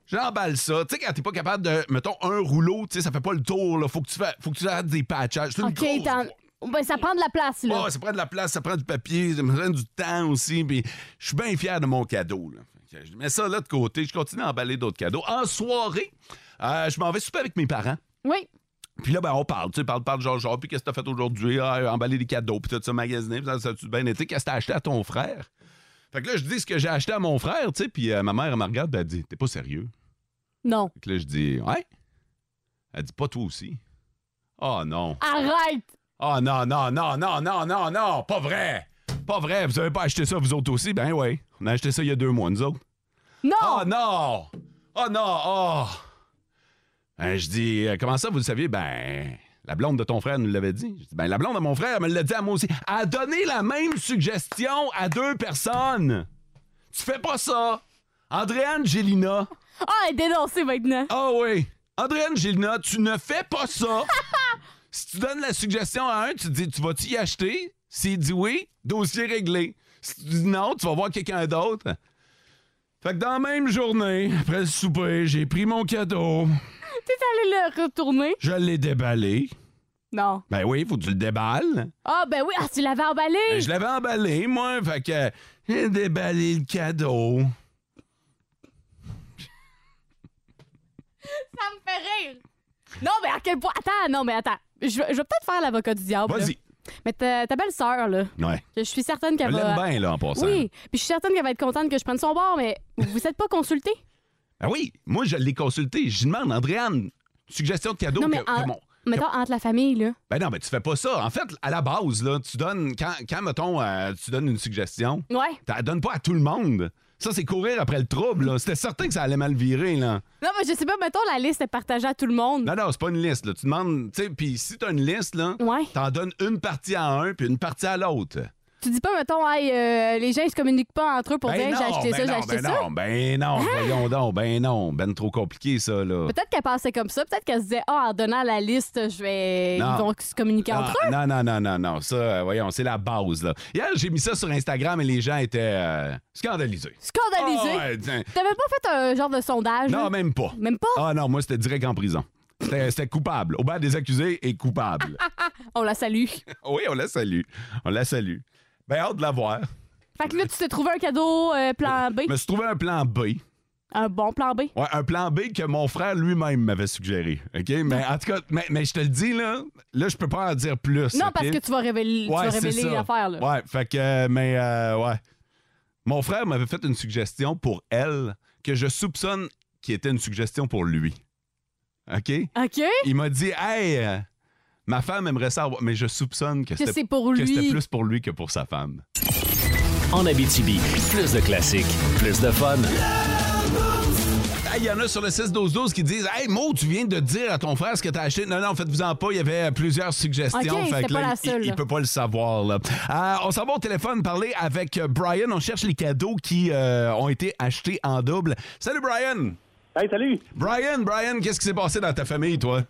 Speaker 3: J'emballe ça. Tu sais, quand t'es pas capable de. Mettons, un rouleau, tu sais, ça fait pas le tour, là. Faut que tu fasses, faut que tu fasses des patchages. C'est une
Speaker 4: Ok,
Speaker 3: grosse
Speaker 4: t'en- ben, ça prend de la place, là.
Speaker 3: ah, ça prend de la place, ça prend du papier, ça me prend du temps aussi. Puis je suis bien fier de mon cadeau. Là. Fait que Je mets ça là de côté, je continue à emballer d'autres cadeaux. En soirée, euh, je m'en vais souper avec mes parents.
Speaker 4: Oui.
Speaker 3: Puis là, ben, on parle, tu sais, parle, parle, genre, genre, puis qu'est-ce que t'as fait aujourd'hui? Ah, emballer des cadeaux, puis tout ça, magasiner, puis ça, ça a-tu bien été? Qu'est-ce que t'as acheté à ton frère? Fait que là, je dis ce que j'ai acheté à mon frère, tu sais, puis euh, ma mère, elle me regarde, puis elle dit, t'es pas sérieux?
Speaker 4: Non.
Speaker 3: Fait que là, je dis, ouais? Elle dit, pas toi aussi? Ah non.
Speaker 4: Arrête!
Speaker 3: Ah non, non, non, non, non, non, non, pas vrai! Pas vrai, vous avez pas acheté ça vous autres aussi? Ben oui, on a acheté ça il y a deux mois, nous autres.
Speaker 4: Non!
Speaker 3: Oh non! Oh non, oh! Ben, je dis, euh, comment ça vous le saviez? Ben, la blonde de ton frère nous l'avait dit. Je dis, ben, la blonde de mon frère me l'a dit à moi aussi. Elle a donné la même suggestion à deux personnes. Tu fais pas ça! Andréane Gélina.
Speaker 4: Ah, elle est dénoncée maintenant.
Speaker 3: Ah oui! Andréane Gélina, tu ne fais pas ça! si tu donnes la suggestion à un, tu dis Tu vas-tu y acheter? S'il dit oui, dossier réglé. Si tu dis non, tu vas voir quelqu'un d'autre. Fait que dans la même journée, après le souper, j'ai pris mon cadeau,
Speaker 4: T'es allé le retourner?
Speaker 3: je l'ai déballé.
Speaker 4: Non.
Speaker 3: Ben oui, faut que tu le déballes.
Speaker 4: Ah, ben oui, ah, tu l'avais emballé.
Speaker 3: Ben, je l'avais emballé, moi, fait que j'ai déballé le cadeau.
Speaker 4: Ça me fait rire. Non, mais à quel point. Attends, non, mais attends. Je, vais- je vais peut-être faire l'avocat du diable. là.
Speaker 3: Vas-y.
Speaker 4: Mais ta, ta belle-sœur, là.
Speaker 3: Ouais.
Speaker 4: Je suis certaine qu'elle
Speaker 3: Je
Speaker 4: va.
Speaker 3: l'aime bien, là, en passant.
Speaker 4: Oui, puis je suis certaine qu'elle va être contente que je prenne son bord, mais vous vous êtes pas consulté?
Speaker 3: Ben oui, moi, je l'ai consulté. Je demande, Andréane, suggestion de cadeau
Speaker 4: non, mais
Speaker 3: Oh, que- que
Speaker 4: en-
Speaker 3: mon-
Speaker 4: mettons, entre la famille, là.
Speaker 3: Ben non, mais tu fais pas ça. En fait, à la base, là, tu donnes, quand, quand mettons, euh, tu donnes une suggestion,
Speaker 4: Ouais.
Speaker 3: tu la donnes pas à tout le monde. Ça, c'est courir après le trouble. là. C'était certain que ça allait mal virer. Là.
Speaker 4: Non, mais je sais pas, mettons, la liste est partagée à tout le monde.
Speaker 3: Non, non, c'est pas une liste. Là. Tu demandes, tu sais, puis si t'as une liste, là, t'en donnes une partie à un, puis une partie à l'autre.
Speaker 4: Tu dis pas, mettons, hey, euh, les gens, ils se communiquent pas entre eux pour
Speaker 3: Ben
Speaker 4: dire j'ai
Speaker 3: non,
Speaker 4: acheté
Speaker 3: ben
Speaker 4: ça, j'ai
Speaker 3: non,
Speaker 4: acheté
Speaker 3: ben
Speaker 4: ça. Hein?
Speaker 3: non, ben non, voyons donc, ben non, ben trop compliqué ça, là.
Speaker 4: Peut-être qu'elle pensait comme ça, peut-être qu'elle se disait, ah, en donnant la liste, je vais.
Speaker 3: Non.
Speaker 4: Ils vont se communiquer
Speaker 3: Ah,
Speaker 4: entre eux.
Speaker 3: non, non, non, non, non, ça, euh, voyons, c'est la base, là. Hier, j'ai mis ça sur Instagram et les gens étaient euh, scandalisés.
Speaker 4: Scandalisé.
Speaker 3: Ah, ouais, tiens.
Speaker 4: T'avais pas fait un genre de sondage?
Speaker 3: Non,
Speaker 4: là?
Speaker 3: même pas.
Speaker 4: Hein? Même pas?
Speaker 3: Ah non, moi, c'était direct en prison. C'était c'était coupable. Au bas des accusés et coupable.
Speaker 4: On la salue.
Speaker 3: oui, on la salue. On la salue. Ben, hâte de la voir.
Speaker 4: Fait que là, tu t'es trouvé un cadeau euh, plan B.
Speaker 3: Je me suis trouvé un plan B.
Speaker 4: Un bon plan B.
Speaker 3: Ouais, un plan B que mon frère lui-même m'avait suggéré. OK? Mais en tout cas, mais, mais je te le dis, là, là, je peux pas en dire plus.
Speaker 4: Non,
Speaker 3: OK?
Speaker 4: parce que tu vas révéler, tu
Speaker 3: Ouais,
Speaker 4: vas
Speaker 3: c'est
Speaker 4: révéler
Speaker 3: ça.
Speaker 4: l'affaire, là.
Speaker 3: Ouais, fait que, euh, mais, euh, ouais. Mon frère m'avait fait une suggestion pour elle que je soupçonne qui était une suggestion pour lui. OK?
Speaker 4: OK?
Speaker 3: Il m'a dit, hey, euh, ma femme aimerait ça avoir- mais je soupçonne que,
Speaker 5: Que
Speaker 3: c'était-
Speaker 5: c'est pour
Speaker 3: que
Speaker 5: lui.
Speaker 3: c'était plus pour lui que pour sa femme.
Speaker 5: En Abitibi, plus de classiques, plus de fun.
Speaker 3: Hey, Il y en a sur le 6-12-12 qui disent Hey, Mo, tu viens de dire à ton frère ce que t'as acheté. Non, non, faites-vous-en pas. Il y avait plusieurs suggestions.
Speaker 15: Ok,
Speaker 3: fait que
Speaker 15: c'était
Speaker 3: là,
Speaker 15: pas la
Speaker 3: il-
Speaker 15: seule,
Speaker 3: il,
Speaker 15: là.
Speaker 3: peut pas le savoir. là. Euh, on s'en va au téléphone parler avec euh, Brian. On cherche les cadeaux qui euh, ont été achetés en double. Salut, Brian.
Speaker 14: Hey, salut.
Speaker 3: Brian, Brian, qu'est-ce qui s'est passé dans ta famille, toi?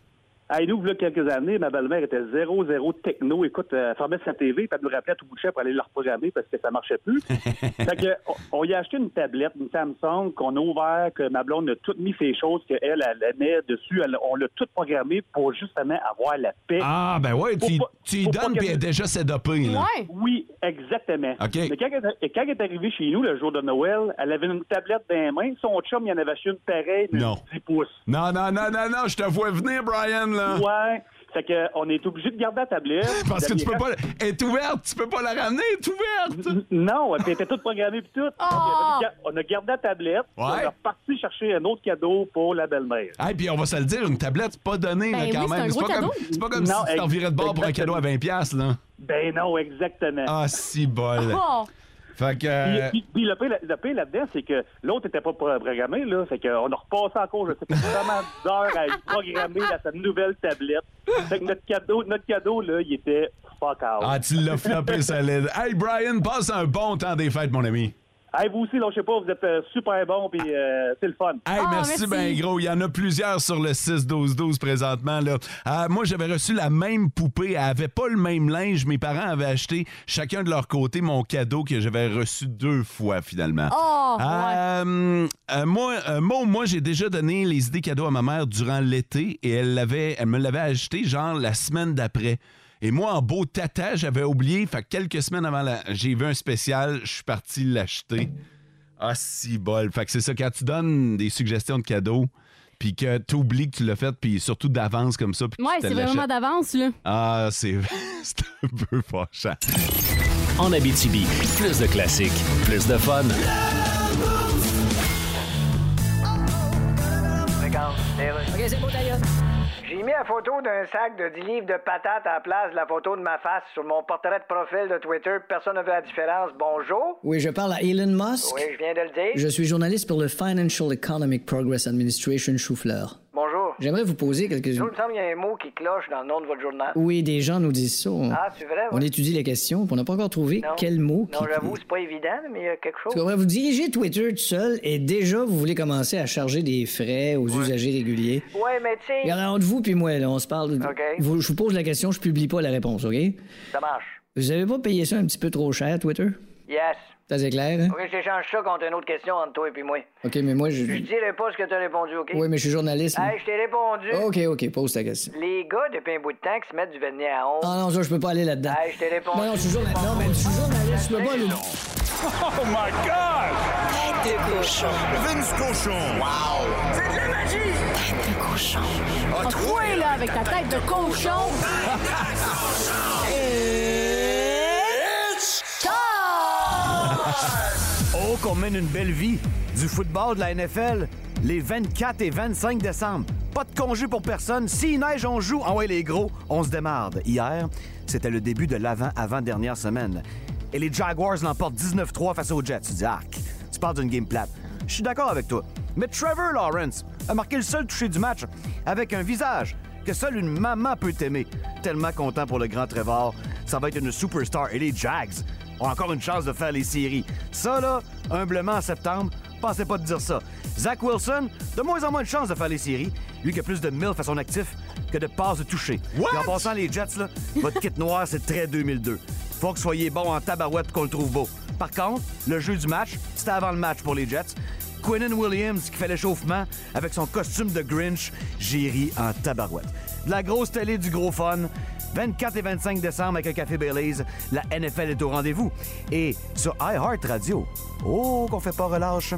Speaker 14: Hey, nous, il quelques années, ma belle-mère était 0-0 techno. Écoute, euh, elle fermait sa TV, puis elle nous rappelait à tout bout de champ pour aller la reprogrammer parce que ça marchait plus. fait que, on, on y a acheté une tablette, une Samsung, qu'on a ouvert, que ma blonde a toutes mis ses choses qu'elle, elle, elle aimait dessus. Elle- on l'a tout programmé pour justement avoir la paix.
Speaker 3: Ah, ben ouais,
Speaker 14: Pour
Speaker 3: tu,
Speaker 14: pas-
Speaker 3: tu y
Speaker 14: pour pas
Speaker 3: donnes, puis
Speaker 14: qu'elle-
Speaker 3: elle est déjà sédopée, là.
Speaker 14: Oui, exactement.
Speaker 3: OK.
Speaker 14: Mais quand elle, et quand elle est arrivée chez nous le jour de Noël, elle avait une tablette dans les mains. Son chum, il en avait acheté une pareille, mais
Speaker 3: Non. Non, non, non, non, non, je te vois venir, Brian, là.
Speaker 14: Ouais. Fait que, on est obligé de garder la tablette.
Speaker 3: Ah. Parce que tu peux pas-
Speaker 14: Elle est ouverte, tu peux pas la ramener, elle est ouverte. Non, elle était toute programmée puis tout. Donc, on a gar- On a gardé la tablette. puis On
Speaker 3: Ouais.
Speaker 14: est reparti chercher un autre cadeau pour la belle-mère.
Speaker 3: Hey, puis on va se le dire, une tablette, c'est pas donné, là,
Speaker 14: Ben
Speaker 3: quand
Speaker 14: oui, c'est
Speaker 3: même.
Speaker 14: un gros
Speaker 3: pas
Speaker 14: cadeau.
Speaker 3: comme, c'est pas comme
Speaker 14: Non,
Speaker 3: si tu t'en
Speaker 14: ex-
Speaker 3: virais de bord pour un cadeau à 20$, piastres, là.
Speaker 14: Ben non, exactement.
Speaker 3: Ah, si bol.
Speaker 4: Oh,
Speaker 3: Fait que. euh,
Speaker 14: Puis, puis- puis le pire, le pire là-dedans, c'est que l'autre était pas programmé, là. Fait qu'on a repassé encore, je sais pas comment d'heures à être programmé dans sa nouvelle tablette. Fait que notre cadeau, notre cadeau, là, il était fuck out.
Speaker 3: Ah, tu l'as floppé solide. Hey, Brian, passe un bon temps des fêtes, mon ami.
Speaker 14: Hey, vous aussi, là, je sais pas, vous êtes euh, super bon, puis euh, c'est le fun.
Speaker 3: Hey, merci, ben gros. Il y en a plusieurs sur le 6-12-12 présentement. Là. Euh, moi, j'avais reçu la même poupée. Elle avait pas le même linge. Mes parents avaient acheté chacun de leur côté mon cadeau que j'avais reçu deux fois finalement.
Speaker 12: Oh,
Speaker 4: Ah,
Speaker 3: Euh, euh, moi, euh, Mo, moi, j'ai déjà donné les idées cadeaux à ma mère durant l'été et elle, l'avait, elle me l'avait acheté genre la semaine d'après. Et moi, en beau tata, j'avais oublié. Fait que quelques semaines avant, la- j'ai vu un spécial. Je suis parti l'acheter. Ah, si bol. Fait que c'est ça, quand tu donnes des suggestions de cadeaux, puis que tu oublies que tu l'as fait, puis surtout d'avance comme ça, puis que
Speaker 4: Ouais,
Speaker 3: tu te
Speaker 4: c'est vraiment
Speaker 3: l'achètes.
Speaker 4: d'avance, là.
Speaker 3: Ah, c'est c'est un peu fâchant.
Speaker 5: En Abitibi, plus de classiques, plus de fun.
Speaker 15: Ok, c'est bon, d'ailleurs. J'ai mis la photo d'un sac de 10 livres de patates à la place de la photo de ma face sur mon portrait de profil de Twitter. Personne ne veut la différence. Bonjour.
Speaker 16: Oui, je parle à Elon Musk.
Speaker 15: Oui, je viens de le dire.
Speaker 16: Je suis journaliste pour le Financial Economic Progress Administration Choufleur.
Speaker 15: Bonjour.
Speaker 16: J'aimerais vous poser quelques...
Speaker 15: Il me semble qu'il y a un mot qui cloche dans le nom de votre journal.
Speaker 16: Oui, des gens nous disent ça. On,
Speaker 15: Ah, c'est vrai, ouais.
Speaker 16: on étudie les questions, puis on n'a pas encore trouvé
Speaker 15: Non.
Speaker 16: quel mot
Speaker 15: Non,
Speaker 16: qui...
Speaker 15: j'avoue, c'est pas évident, mais il y a quelque chose.
Speaker 16: Parce que, ouais, vous dirigez Twitter tout seul et déjà vous voulez commencer à charger des frais aux usagers réguliers.
Speaker 15: Ouais, mais tu sais,
Speaker 16: Regardez, entre vous puis moi, là, on se parle.
Speaker 15: OK.
Speaker 16: Vous- je vous pose la question, je publie pas la réponse, OK?
Speaker 15: ça marche.
Speaker 16: Vous avez pas payé ça un petit peu trop cher, Twitter?
Speaker 15: Yes.
Speaker 16: Ça, c'est clair, hein?
Speaker 15: Ok, je t'échange ça contre une autre question entre toi et puis moi.
Speaker 16: OK, mais moi, je...
Speaker 15: Je dirai pas ce que t'as répondu, ok?
Speaker 16: Oui, mais je suis journaliste. là.
Speaker 15: Hey, je t'ai répondu.
Speaker 16: OK, OK, pose ta question.
Speaker 15: Les gars, depuis un bout de temps, qui se mettent du vernis à ongles.
Speaker 16: Ah non, ça, je peux pas aller là-dedans.
Speaker 15: Hey, je t'ai répondu.
Speaker 16: Non, non, je suis journaliste. Non, mais je suis journaliste, je peux pas aller
Speaker 12: Oh my God! Tête de cochon. Vince cochon. Wow! C'est de la magie! Tête de cochon.
Speaker 4: Ah, toi, là, avec ta tête de cochon.
Speaker 6: Oh, qu'on mène une belle vie. Du football, de la NFL, les 24 et 25 décembre. Pas de congé pour personne. S'il neige, on joue. Ah ouais, les gros, on se démarde. Hier, c'était le début de l'avant-avant-dernière semaine. Et les Jaguars l'emportent 19-3 face aux Jets. Tu dis, arc, tu parles d'une game plate. Je suis d'accord avec toi. Mais Trevor Lawrence a marqué le seul touché du match avec un visage que seule une maman peut aimer. Tellement content pour le grand Trevor. Ça va être une superstar. Et les Jags ont encore une chance de faire les séries. Ça, là, humblement, en septembre, pensez pas de dire ça. Zach Wilson, de moins en moins de chance de faire les séries. Lui qui a plus de milf à son actif que de passes de toucher. en passant, les Jets, là, votre kit noir, c'est très 2002. Faut que soyez bon en tabarouette pour qu'on le trouve beau. Par contre, le jeu du match, c'était avant le match pour les Jets. Quinnen Williams qui fait l'échauffement avec son costume de Grinch, j'ai ri en tabarouette. De la grosse télé, du gros fun. 24 et 25 décembre avec un café Baileys, la NFL est au rendez-vous. Et sur iHeart Radio, oh qu'on fait pas relâche,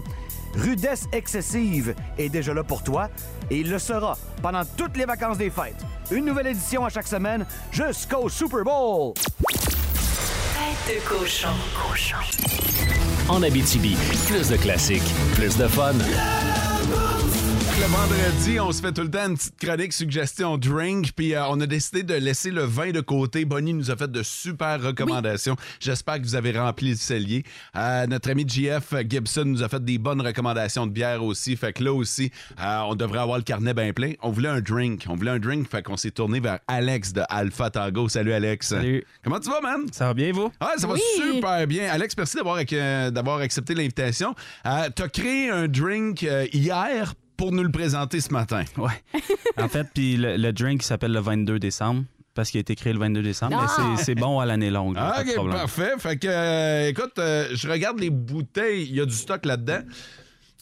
Speaker 6: rudesse excessive est déjà là pour toi et il le sera pendant toutes les vacances des fêtes. Une nouvelle édition à chaque semaine jusqu'au Super Bowl.
Speaker 12: Tête de cochon. Cochon.
Speaker 5: En Abitibi, plus de classiques, plus de fun.
Speaker 3: Le vendredi, on se fait tout le temps une petite chronique suggestion drink, puis euh, on a décidé de laisser le vin de côté. Bonnie nous a fait de super recommandations. J'espère que vous avez rempli le cellier. Euh, notre ami JF Gibson nous a fait des bonnes recommandations de bière aussi. Fait que là aussi, euh, on devrait avoir le carnet bien plein. On voulait un drink. On voulait un drink, fait qu'on s'est tourné vers Alex de Alpha Tango. Salut Alex. Salut. Comment tu vas, man?
Speaker 17: Ça va bien, vous?
Speaker 3: Ah, ça va
Speaker 17: Oui.
Speaker 3: super bien. Alex, merci d'avoir ac- euh, d'avoir accepté l'invitation. Euh, T'as créé un drink euh, hier pour nous le présenter ce matin.
Speaker 17: Ouais. en fait, puis le, le drink il s'appelle le 22 décembre parce qu'il a été créé le 22 décembre, mais
Speaker 3: Ah!
Speaker 17: c'est- c'est bon à l'année longue.
Speaker 3: Ah,
Speaker 17: là, pas de
Speaker 3: ok,
Speaker 17: problème.
Speaker 3: parfait. Fait que, euh, écoute, euh, je regarde les bouteilles. Il y a du stock là-dedans.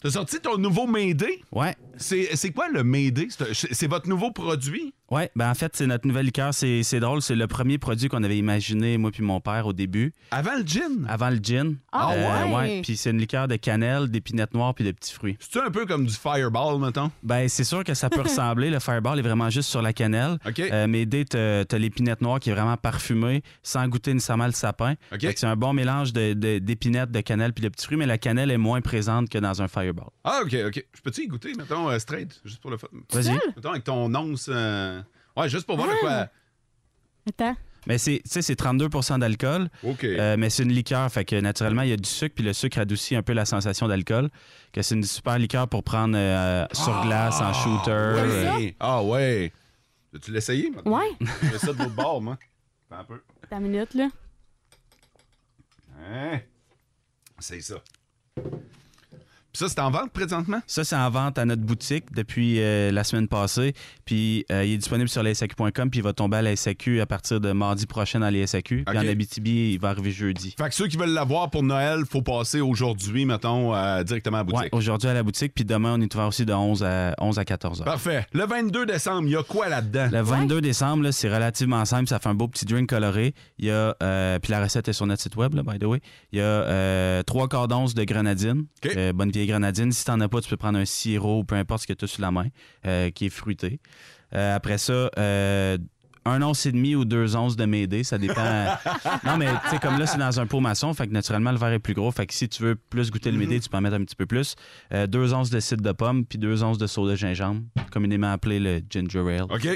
Speaker 3: T'as sorti ton nouveau Médé?
Speaker 17: Ouais.
Speaker 3: C'est c'est quoi le Médé? C'est un- C'est c'est votre nouveau produit?
Speaker 17: Oui, ben en fait, c'est notre nouvelle liqueur. C'est c'est drôle, c'est le premier produit qu'on avait imaginé, moi puis mon père, au début.
Speaker 3: Avant le gin?
Speaker 17: Avant le gin. Euh,
Speaker 3: Ah ouais?
Speaker 17: Puis c'est une liqueur de cannelle, d'épinettes noires puis de petits fruits.
Speaker 3: C'est un peu comme du Fireball, mettons?
Speaker 17: Ben, c'est sûr que ça peut ressembler. Le Fireball est vraiment juste sur la cannelle. Euh, mais dès que tu as l'épinette noire qui est vraiment parfumée, sans goûter nécessairement le sapin. Fait que C'est un bon mélange de- de- d'épinettes, de, cannelle puis de petits fruits, mais la cannelle est moins présente que dans un Fireball.
Speaker 3: Ah, ok, ok. Je peux-tu y goûter, mettons, euh, straight, juste pour le fun?
Speaker 17: Vas-y. Seul?
Speaker 3: Mettons, avec ton once. euh, Ouais, juste pour voir de
Speaker 4: Ah.
Speaker 3: quoi.
Speaker 4: Attends.
Speaker 17: Mais c'est, tu sais, c'est 32 d'alcool.
Speaker 3: OK.
Speaker 17: Euh, mais c'est une liqueur, fait que naturellement, il y a du sucre, puis le sucre adoucit un peu la sensation d'alcool. Que c'est une super liqueur pour prendre euh, sur glace, en shooter.
Speaker 3: Ah,
Speaker 17: euh.
Speaker 3: ouais. Ah, ouais. Veux-tu l'essayer, maintenant?
Speaker 4: Ouais.
Speaker 3: Je fais ça de l'autre bord, moi. Attends un peu.
Speaker 4: Ta minute, là.
Speaker 3: Hein? C'est ça. Puis ça, c'est en vente présentement?
Speaker 17: Ça, c'est en vente à notre boutique depuis euh, la semaine passée. Puis euh, il est disponible sur la SAQ.com, puis il va tomber à la SAQ à partir de mardi prochain dans les SAQ. Puis
Speaker 3: OK.
Speaker 17: en Abitibi, il va arriver jeudi.
Speaker 3: Fait que ceux qui veulent l'avoir pour Noël, faut passer aujourd'hui, mettons, euh, directement à la boutique.
Speaker 17: Ouais, aujourd'hui à la boutique, puis demain, on est ouvert aussi de 11 à, 11 à 14 heures.
Speaker 3: Parfait. Le 22 décembre, il y a quoi là-dedans?
Speaker 17: Le 22 décembre, là, c'est relativement simple. Ça fait un beau petit drink coloré. Il y a, euh, puis la recette est sur notre site web, là, by the way. Il y a euh, trois quarts d'once de grenadine. Euh, bonne vieille grenadine. Si t'en as pas, tu peux prendre un sirop, peu importe ce que tu as sous la main, euh, qui est fruité. Euh, après ça, euh, un once et demi ou deux onces de médé, ça dépend. non, mais tu sais, comme là, c'est dans un pot maçon, fait que naturellement, le verre est plus gros. Fait que si tu veux plus goûter le médé, tu peux en mettre un petit peu plus. Euh, deux onces de cidre de pomme, puis deux onces de soda gingembre, communément appelé le ginger ale.
Speaker 3: OK?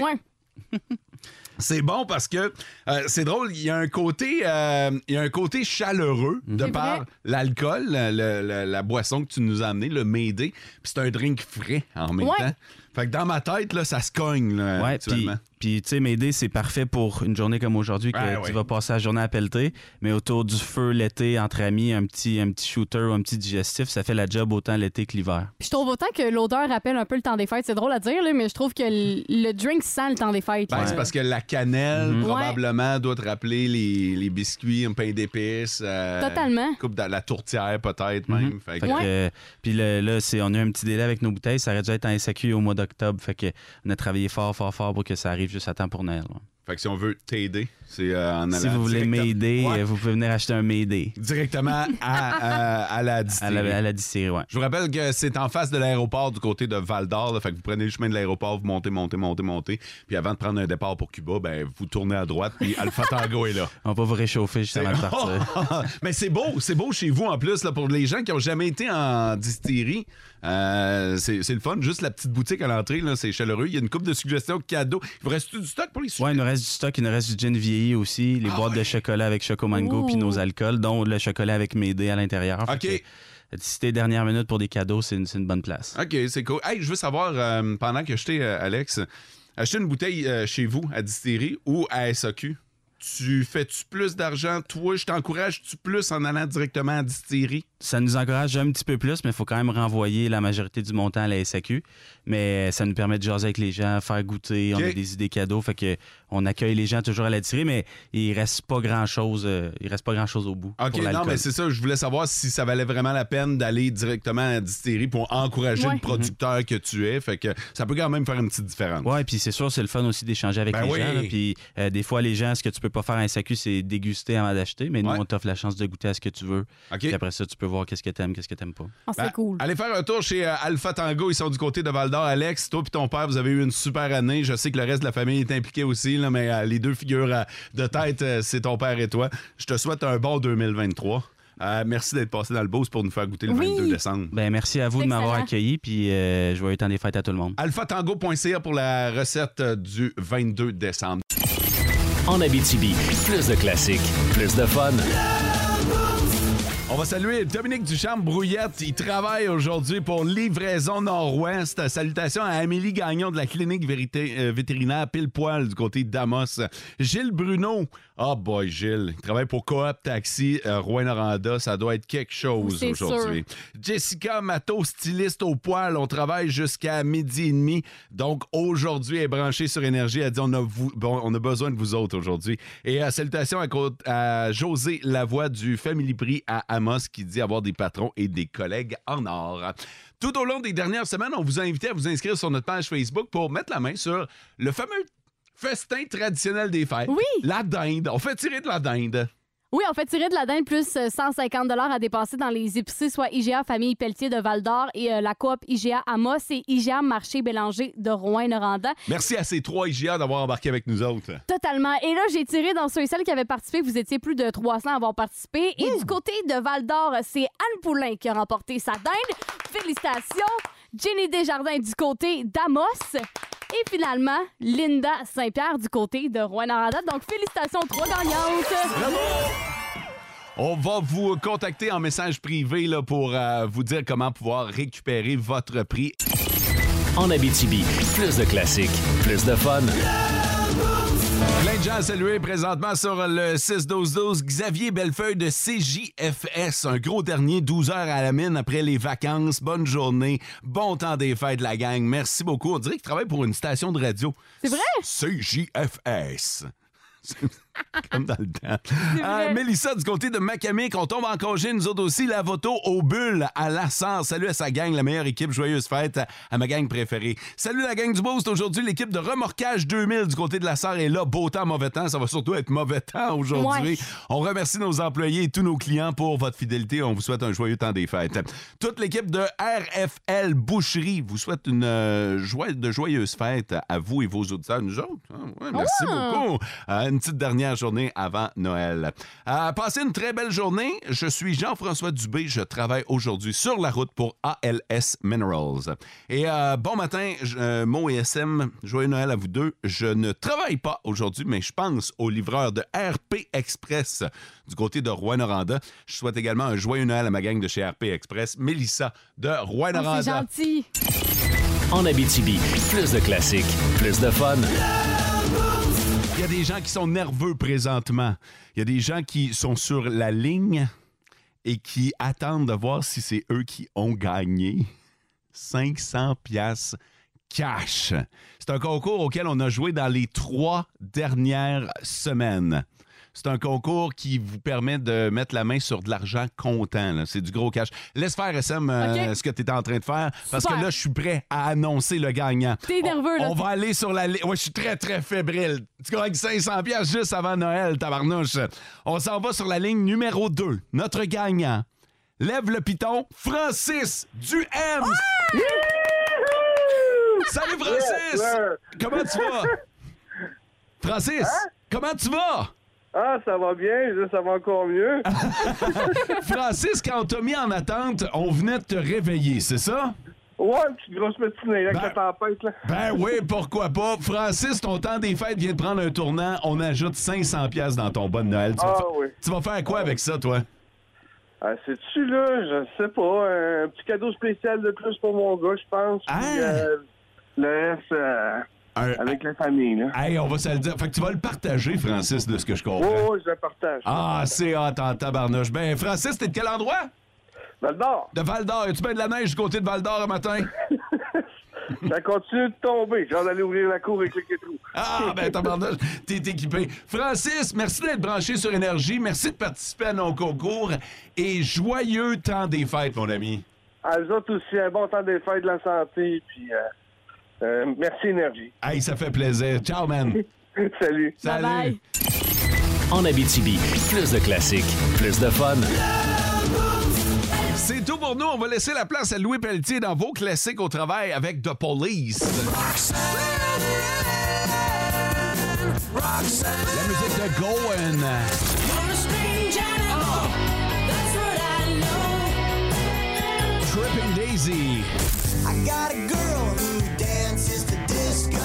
Speaker 3: c'est bon parce que euh, c'est drôle, il y a un côté euh, il y a un côté chaleureux de
Speaker 17: C'est
Speaker 3: par
Speaker 17: vrai.
Speaker 3: l'alcool, le- le- le- la boisson que tu nous as amenée, le Médé, puis c'est un drink frais en même
Speaker 17: Ouais.
Speaker 3: temps. Fait que dans ma tête là, ça se cogne là,
Speaker 17: Ouais, puis,
Speaker 3: actuellement.
Speaker 17: puis, tu sais, m'aider, c'est parfait pour une journée comme aujourd'hui que
Speaker 3: Ouais,
Speaker 17: tu
Speaker 3: ouais.
Speaker 17: vas passer la journée à pelleter, mais autour du feu l'été, entre amis, un petit, un petit shooter ou un petit digestif, ça fait la job autant l'été que l'hiver.
Speaker 4: Puis je trouve autant que l'odeur rappelle un peu le temps des fêtes. C'est drôle à dire, là, mais je trouve que le, le drink sent le temps des fêtes.
Speaker 3: Ben,
Speaker 4: là.
Speaker 3: C'est parce que la cannelle,
Speaker 4: Mhm.
Speaker 3: probablement, doit te rappeler les, les biscuits, un pain d'épices. euh,
Speaker 4: Totalement.
Speaker 3: Coupe de la tourtière, peut-être même. Fait que-
Speaker 17: Fait que, euh, Puis le- là, c'est, on a eu un petit délai avec nos bouteilles, ça aurait dû être en SAQ au mois d'octobre, fait que on a travaillé fort, fort, fort pour que ça arrive juste à temps pour Noël. ouais.
Speaker 3: Fait que si on veut t'aider, c'est euh, en allant
Speaker 17: Si vous voulez
Speaker 3: directement-
Speaker 17: m'aider,
Speaker 3: Ouais.
Speaker 17: euh, vous pouvez venir acheter un m'aider.
Speaker 3: Directement à, à- à la distillerie.
Speaker 17: À la- à la distillerie, ouais.
Speaker 3: Je vous rappelle que c'est en face de l'aéroport du côté de Val d'Or. là. Fait que vous prenez le chemin de l'aéroport, vous montez, montez, montez, montez. Puis avant de prendre un départ pour Cuba, ben vous tournez à droite, puis Alpha Tango est là.
Speaker 17: On va vous réchauffer juste avant de partir.
Speaker 3: Mais c'est beau, c'est beau chez vous en plus. Là, pour les gens qui ont jamais été en distillerie, euh, c'est c'est le fun. Juste la petite boutique à l'entrée, là, c'est chaleureux. Il y a une coupe de suggestions cadeaux. Il vous reste du stock pour les
Speaker 17: Ouais, il nous reste du stock, il nous reste du gin vieilli aussi, les boîtes de chocolat avec Choco Mango
Speaker 3: Ah Ouh.
Speaker 17: puis nos alcools, dont le chocolat avec Médé à l'intérieur. Fait
Speaker 3: OK.
Speaker 17: que, euh, Si t'es dernière minute pour des cadeaux, c'est une, c'est une bonne place.
Speaker 3: OK, c'est cool. Hey, je veux savoir, euh, pendant que j'étais, euh, Alex, acheter une bouteille euh, chez vous à distillerie ou à SAQ, tu fais-tu plus d'argent? Toi, je t'encourage-tu plus en allant directement à distillerie?
Speaker 17: Ça nous encourage un petit peu plus, mais il faut quand même renvoyer la majorité du montant à la SAQ. Mais euh, ça nous permet de jaser avec les gens, faire goûter,
Speaker 3: OK.
Speaker 17: on a des idées cadeaux. Fait que on accueille les gens toujours à la tirer, mais il reste pas grand-chose euh, il reste pas grand-chose au bout
Speaker 3: OK,
Speaker 17: pour
Speaker 3: non,
Speaker 17: l'alcool.
Speaker 3: mais c'est ça. Je voulais savoir si ça valait vraiment la peine d'aller directement à la distillerie pour encourager
Speaker 17: Ouais.
Speaker 3: le producteur que tu es. Fait que ça peut quand même faire une petite différence.
Speaker 17: Ouais, puis c'est sûr, c'est le fun aussi d'échanger avec
Speaker 3: Ben
Speaker 17: les
Speaker 3: oui.
Speaker 17: gens. là. Puis euh, des fois, les gens, ce que tu peux pas faire à un SAQ, c'est déguster avant d'acheter, mais nous, on t'offre la chance de goûter à ce que tu veux. Puis après ça, tu peux voir qu'est-ce que t'aimes, qu'est-ce que t'aimes pas.
Speaker 4: Ah,
Speaker 3: Ben, Allez faire un tour chez euh, Alpha Tango. Ils sont du côté de Val d'Or. Alex, toi et ton père, vous avez eu une super année. Je sais que le reste de la famille est impliqué aussi, là, mais euh, les deux figures euh, de tête, euh, c'est ton père et toi. Je te souhaite un bon 2023. Euh, merci d'être passé dans le Beauce pour nous faire goûter le
Speaker 17: Oui.
Speaker 3: 22 décembre.
Speaker 17: Ben merci à vous de m'avoir accueilli, puis euh, je vais être en des fêtes à tout le monde.
Speaker 3: AlphaTango.ca pour la recette euh, du 22 décembre.
Speaker 5: En Abitibi, plus de classiques, plus de fun.
Speaker 3: On On va saluer Dominique Duchamp Brouillette. Il travaille aujourd'hui pour Livraison Nord-Ouest. Salutations à Amélie Gagnon de la clinique vérité, euh, vétérinaire pile poil du côté d'Amos. Gilles Bruno. Ah boy, Gilles. Il travaille pour Coop Taxi euh, Rouen-Noranda. Ça doit être quelque chose
Speaker 5: C'est
Speaker 3: aujourd'hui.
Speaker 5: sûr.
Speaker 3: Jessica Matteau, styliste au poil. On travaille jusqu'à midi et demi. Donc, aujourd'hui, elle est branchée sur Énergie. Elle dit on a, vous- bon, on a besoin de vous autres aujourd'hui. Et euh, salutations à, cô- à José Lavoie du Family Prix à Amos qui dit avoir des patrons et des collègues en or. Tout au long des dernières semaines, on vous a invité à vous inscrire sur notre page Facebook pour mettre la main sur le fameux festin traditionnel des fêtes. Oui. La dinde. On fait tirer de la dinde.
Speaker 4: Oui, on fait tirer de la dinde plus euh, 150 à dépenser dans les épiceries, soit IGA Famille Pelletier de Val-d'Or et euh, la coop IGA Amos et IGA Marché Bélanger de Rouen-Noranda.
Speaker 3: Merci à ces trois IGA d'avoir embarqué avec nous autres.
Speaker 4: Totalement. Et là, j'ai tiré dans ceux et celles qui avaient participé. Vous étiez plus de 300 à avoir participé. Et du côté de Val d'Or, c'est Anne Poulain qui a remporté sa dinde. Félicitations. Jenny Desjardins du côté d'Amos. Et finalement, Linda Saint-Pierre du côté de Rouen-Noranda. Donc, félicitations aux trois gagnantes.
Speaker 3: On va vous contacter en message privé là, pour euh, vous dire comment pouvoir récupérer votre prix.
Speaker 5: En Abitibi, plus de classiques, plus de fun.
Speaker 3: Plein de gens à saluer présentement sur le 6-12-12. Xavier Bellefeuille de CJFS. Un gros dernier, 12 heures à la mine après les vacances. Bonne journée. Bon temps des fêtes, la gang. Merci beaucoup. On dirait qu'il travaille pour une station de radio.
Speaker 4: C'est vrai?
Speaker 3: CJFS. Comme dans le temps. Euh, Mélissa, du côté de Macamic, on tombe en congé, nous autres aussi. La voto au bulle à l'Assar. Salut à sa gang, la meilleure équipe. Joyeuse fête à ma gang préférée. Salut la gang du Boost. Aujourd'hui, l'équipe de remorquage 2000 du côté de l'Assar est là. Beau temps, mauvais temps. Ça va surtout être mauvais temps aujourd'hui.
Speaker 5: Ouais.
Speaker 3: On remercie nos employés et tous nos clients pour votre fidélité. On vous souhaite un joyeux temps des fêtes. Toute l'équipe de RFL Boucherie vous souhaite une euh, joie- de joyeuses fêtes à vous et vos auditeurs. Nous autres, hein? Ouais, merci
Speaker 5: Ah!
Speaker 3: beaucoup. Euh, une petite dernière journée avant Noël. Euh, passez une très belle journée. Je suis Jean-François Dubé. Je travaille aujourd'hui sur la route pour ALS Minerals. Et euh, bon matin, je- euh, Mo et SM. Joyeux Noël à vous deux. Je ne travaille pas aujourd'hui, mais je pense aux livreurs de RP Express du côté de Rouen-Noranda. Je souhaite également un joyeux Noël à ma gang de chez RP Express, Mélissa de Rouen-Noranda.
Speaker 4: C'est gentil.
Speaker 5: En Abitibi, plus de classiques, plus de fun.
Speaker 3: Il y a des gens qui sont nerveux présentement. Il y a des gens qui sont sur la ligne et qui attendent de voir si c'est eux qui ont gagné 500 pièces cash. C'est un concours auquel on a joué dans les trois dernières semaines. C'est un concours qui vous permet de mettre la main sur de l'argent comptant. là. C'est du gros cash. Laisse faire, SM, euh, ce que tu es en train de faire, parce
Speaker 5: Super.
Speaker 3: que là, je suis prêt à annoncer le gagnant.
Speaker 5: T'es nerveux, là.
Speaker 3: On va aller sur la ligne. Ouais, je suis très, très fébrile. Tu gagnes 500 pièces juste avant Noël, tabarnouche. On s'en va sur la ligne numéro 2. Notre gagnant. Lève le piton, Francis du M. Salut, Francis!
Speaker 5: Yes, sir.
Speaker 3: Comment tu vas? Francis, comment tu vas?
Speaker 18: Ah, ça va bien, je- ça va encore mieux.
Speaker 3: Ah. Francis, quand on t'a mis en attente, on venait de te réveiller, c'est ça?
Speaker 18: Ouais, une petite grosse matinée là, avec la tempête, là.
Speaker 3: Ben oui, pourquoi pas. Francis, ton temps des fêtes vient de prendre un tournant. On ajoute 500 pièces dans ton bon de Noël. Tu vas,
Speaker 18: Ah
Speaker 3: fa-
Speaker 18: oui.
Speaker 3: tu vas faire quoi avec ça, toi?
Speaker 18: Ah, c'est-tu, là, je sais pas, un petit cadeau spécial de plus pour mon gars, je pense. puis, euh, le reste, euh, avec la famille, là.
Speaker 3: Hey, on va se le dire. Fait que tu vas le partager, Francis, de ce que je comprends.
Speaker 18: Oh, je le partage.
Speaker 3: Ah, c'est hot en tabarnouche. Ben, Francis, t'es de quel endroit?
Speaker 18: Val-d'Or.
Speaker 3: De Val-d'Or. As-tu bien ben de la neige du côté de Val-d'Or le matin?
Speaker 18: Ça continue de tomber. J'en allais ouvrir la cour et cliquer trou.
Speaker 3: Ah, ben, tabarnouche, t'es équipé. Francis, merci d'être branché sur Énergie. Merci de participer à nos concours. Et joyeux temps des fêtes, mon ami.
Speaker 18: À vous autres aussi, un bon temps des fêtes de la santé, puis euh, euh, merci, Énergie.
Speaker 3: Hey, ça fait plaisir. Ciao, man.
Speaker 18: Salut.
Speaker 3: Salut.
Speaker 5: En Abitibi, plus de classiques, plus de fun.
Speaker 3: C'est tout pour nous. On va laisser la place à Louis Pelletier dans vos classiques au travail avec The Police. La musique de Goen. Tripping Daisy.
Speaker 12: I got a girl who dances to disco.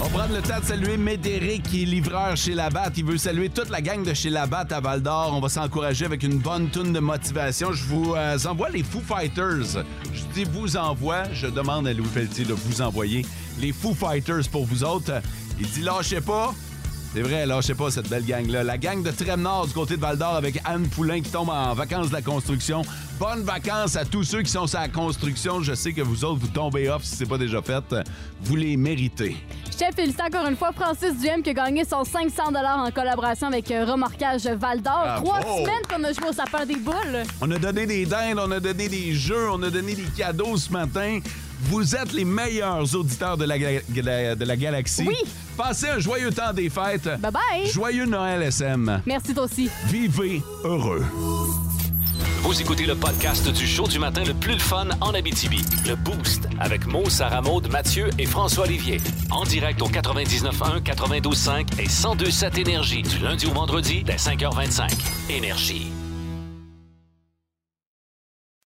Speaker 3: On prendre le temps de saluer Médéric, qui est livreur chez Labatt. Il veut saluer toute la gang de chez Labatt à Val d'Or. On va s'encourager avec une bonne toune de motivation. Je vous euh, envoie les Foo Fighters. Je dis vous envoie. Je demande à Louis Pelletier de vous envoyer les Foo Fighters pour vous autres. Il dit lâchez pas. C'est vrai, lâchez pas cette belle gang-là. La gang de Trême-Nord du côté de Val-d'Or avec Anne Poulain qui tombe en vacances de la construction. Bonnes vacances à tous ceux qui sont sur la construction. Je sais que vous autres, vous tombez off si c'est pas déjà fait. Vous les méritez.
Speaker 4: Je te félicite encore une fois Francis Duhem qui a gagné son 500 en collaboration avec euh, Remorquage Val d'Or.
Speaker 3: Bravo!
Speaker 4: Trois semaines qu'on a joué au sapin des boules.
Speaker 3: On a donné des dindes, on a donné des jeux, on a donné des cadeaux ce matin. Vous êtes les meilleurs auditeurs de la, gla- gla- de la galaxie. Oui. Passez un joyeux temps des fêtes. Bye
Speaker 4: bye.
Speaker 3: Joyeux Noël SM.
Speaker 4: Merci toi aussi.
Speaker 3: Vivez heureux.
Speaker 2: Vous écoutez le podcast du show du matin le plus le fun en Abitibi. Le Boost avec Mo, Sarah Maud, Mathieu et François Olivier. En direct au 99.1, 92.5 et 102.7 Énergie du lundi au vendredi dès 5h25. Énergie.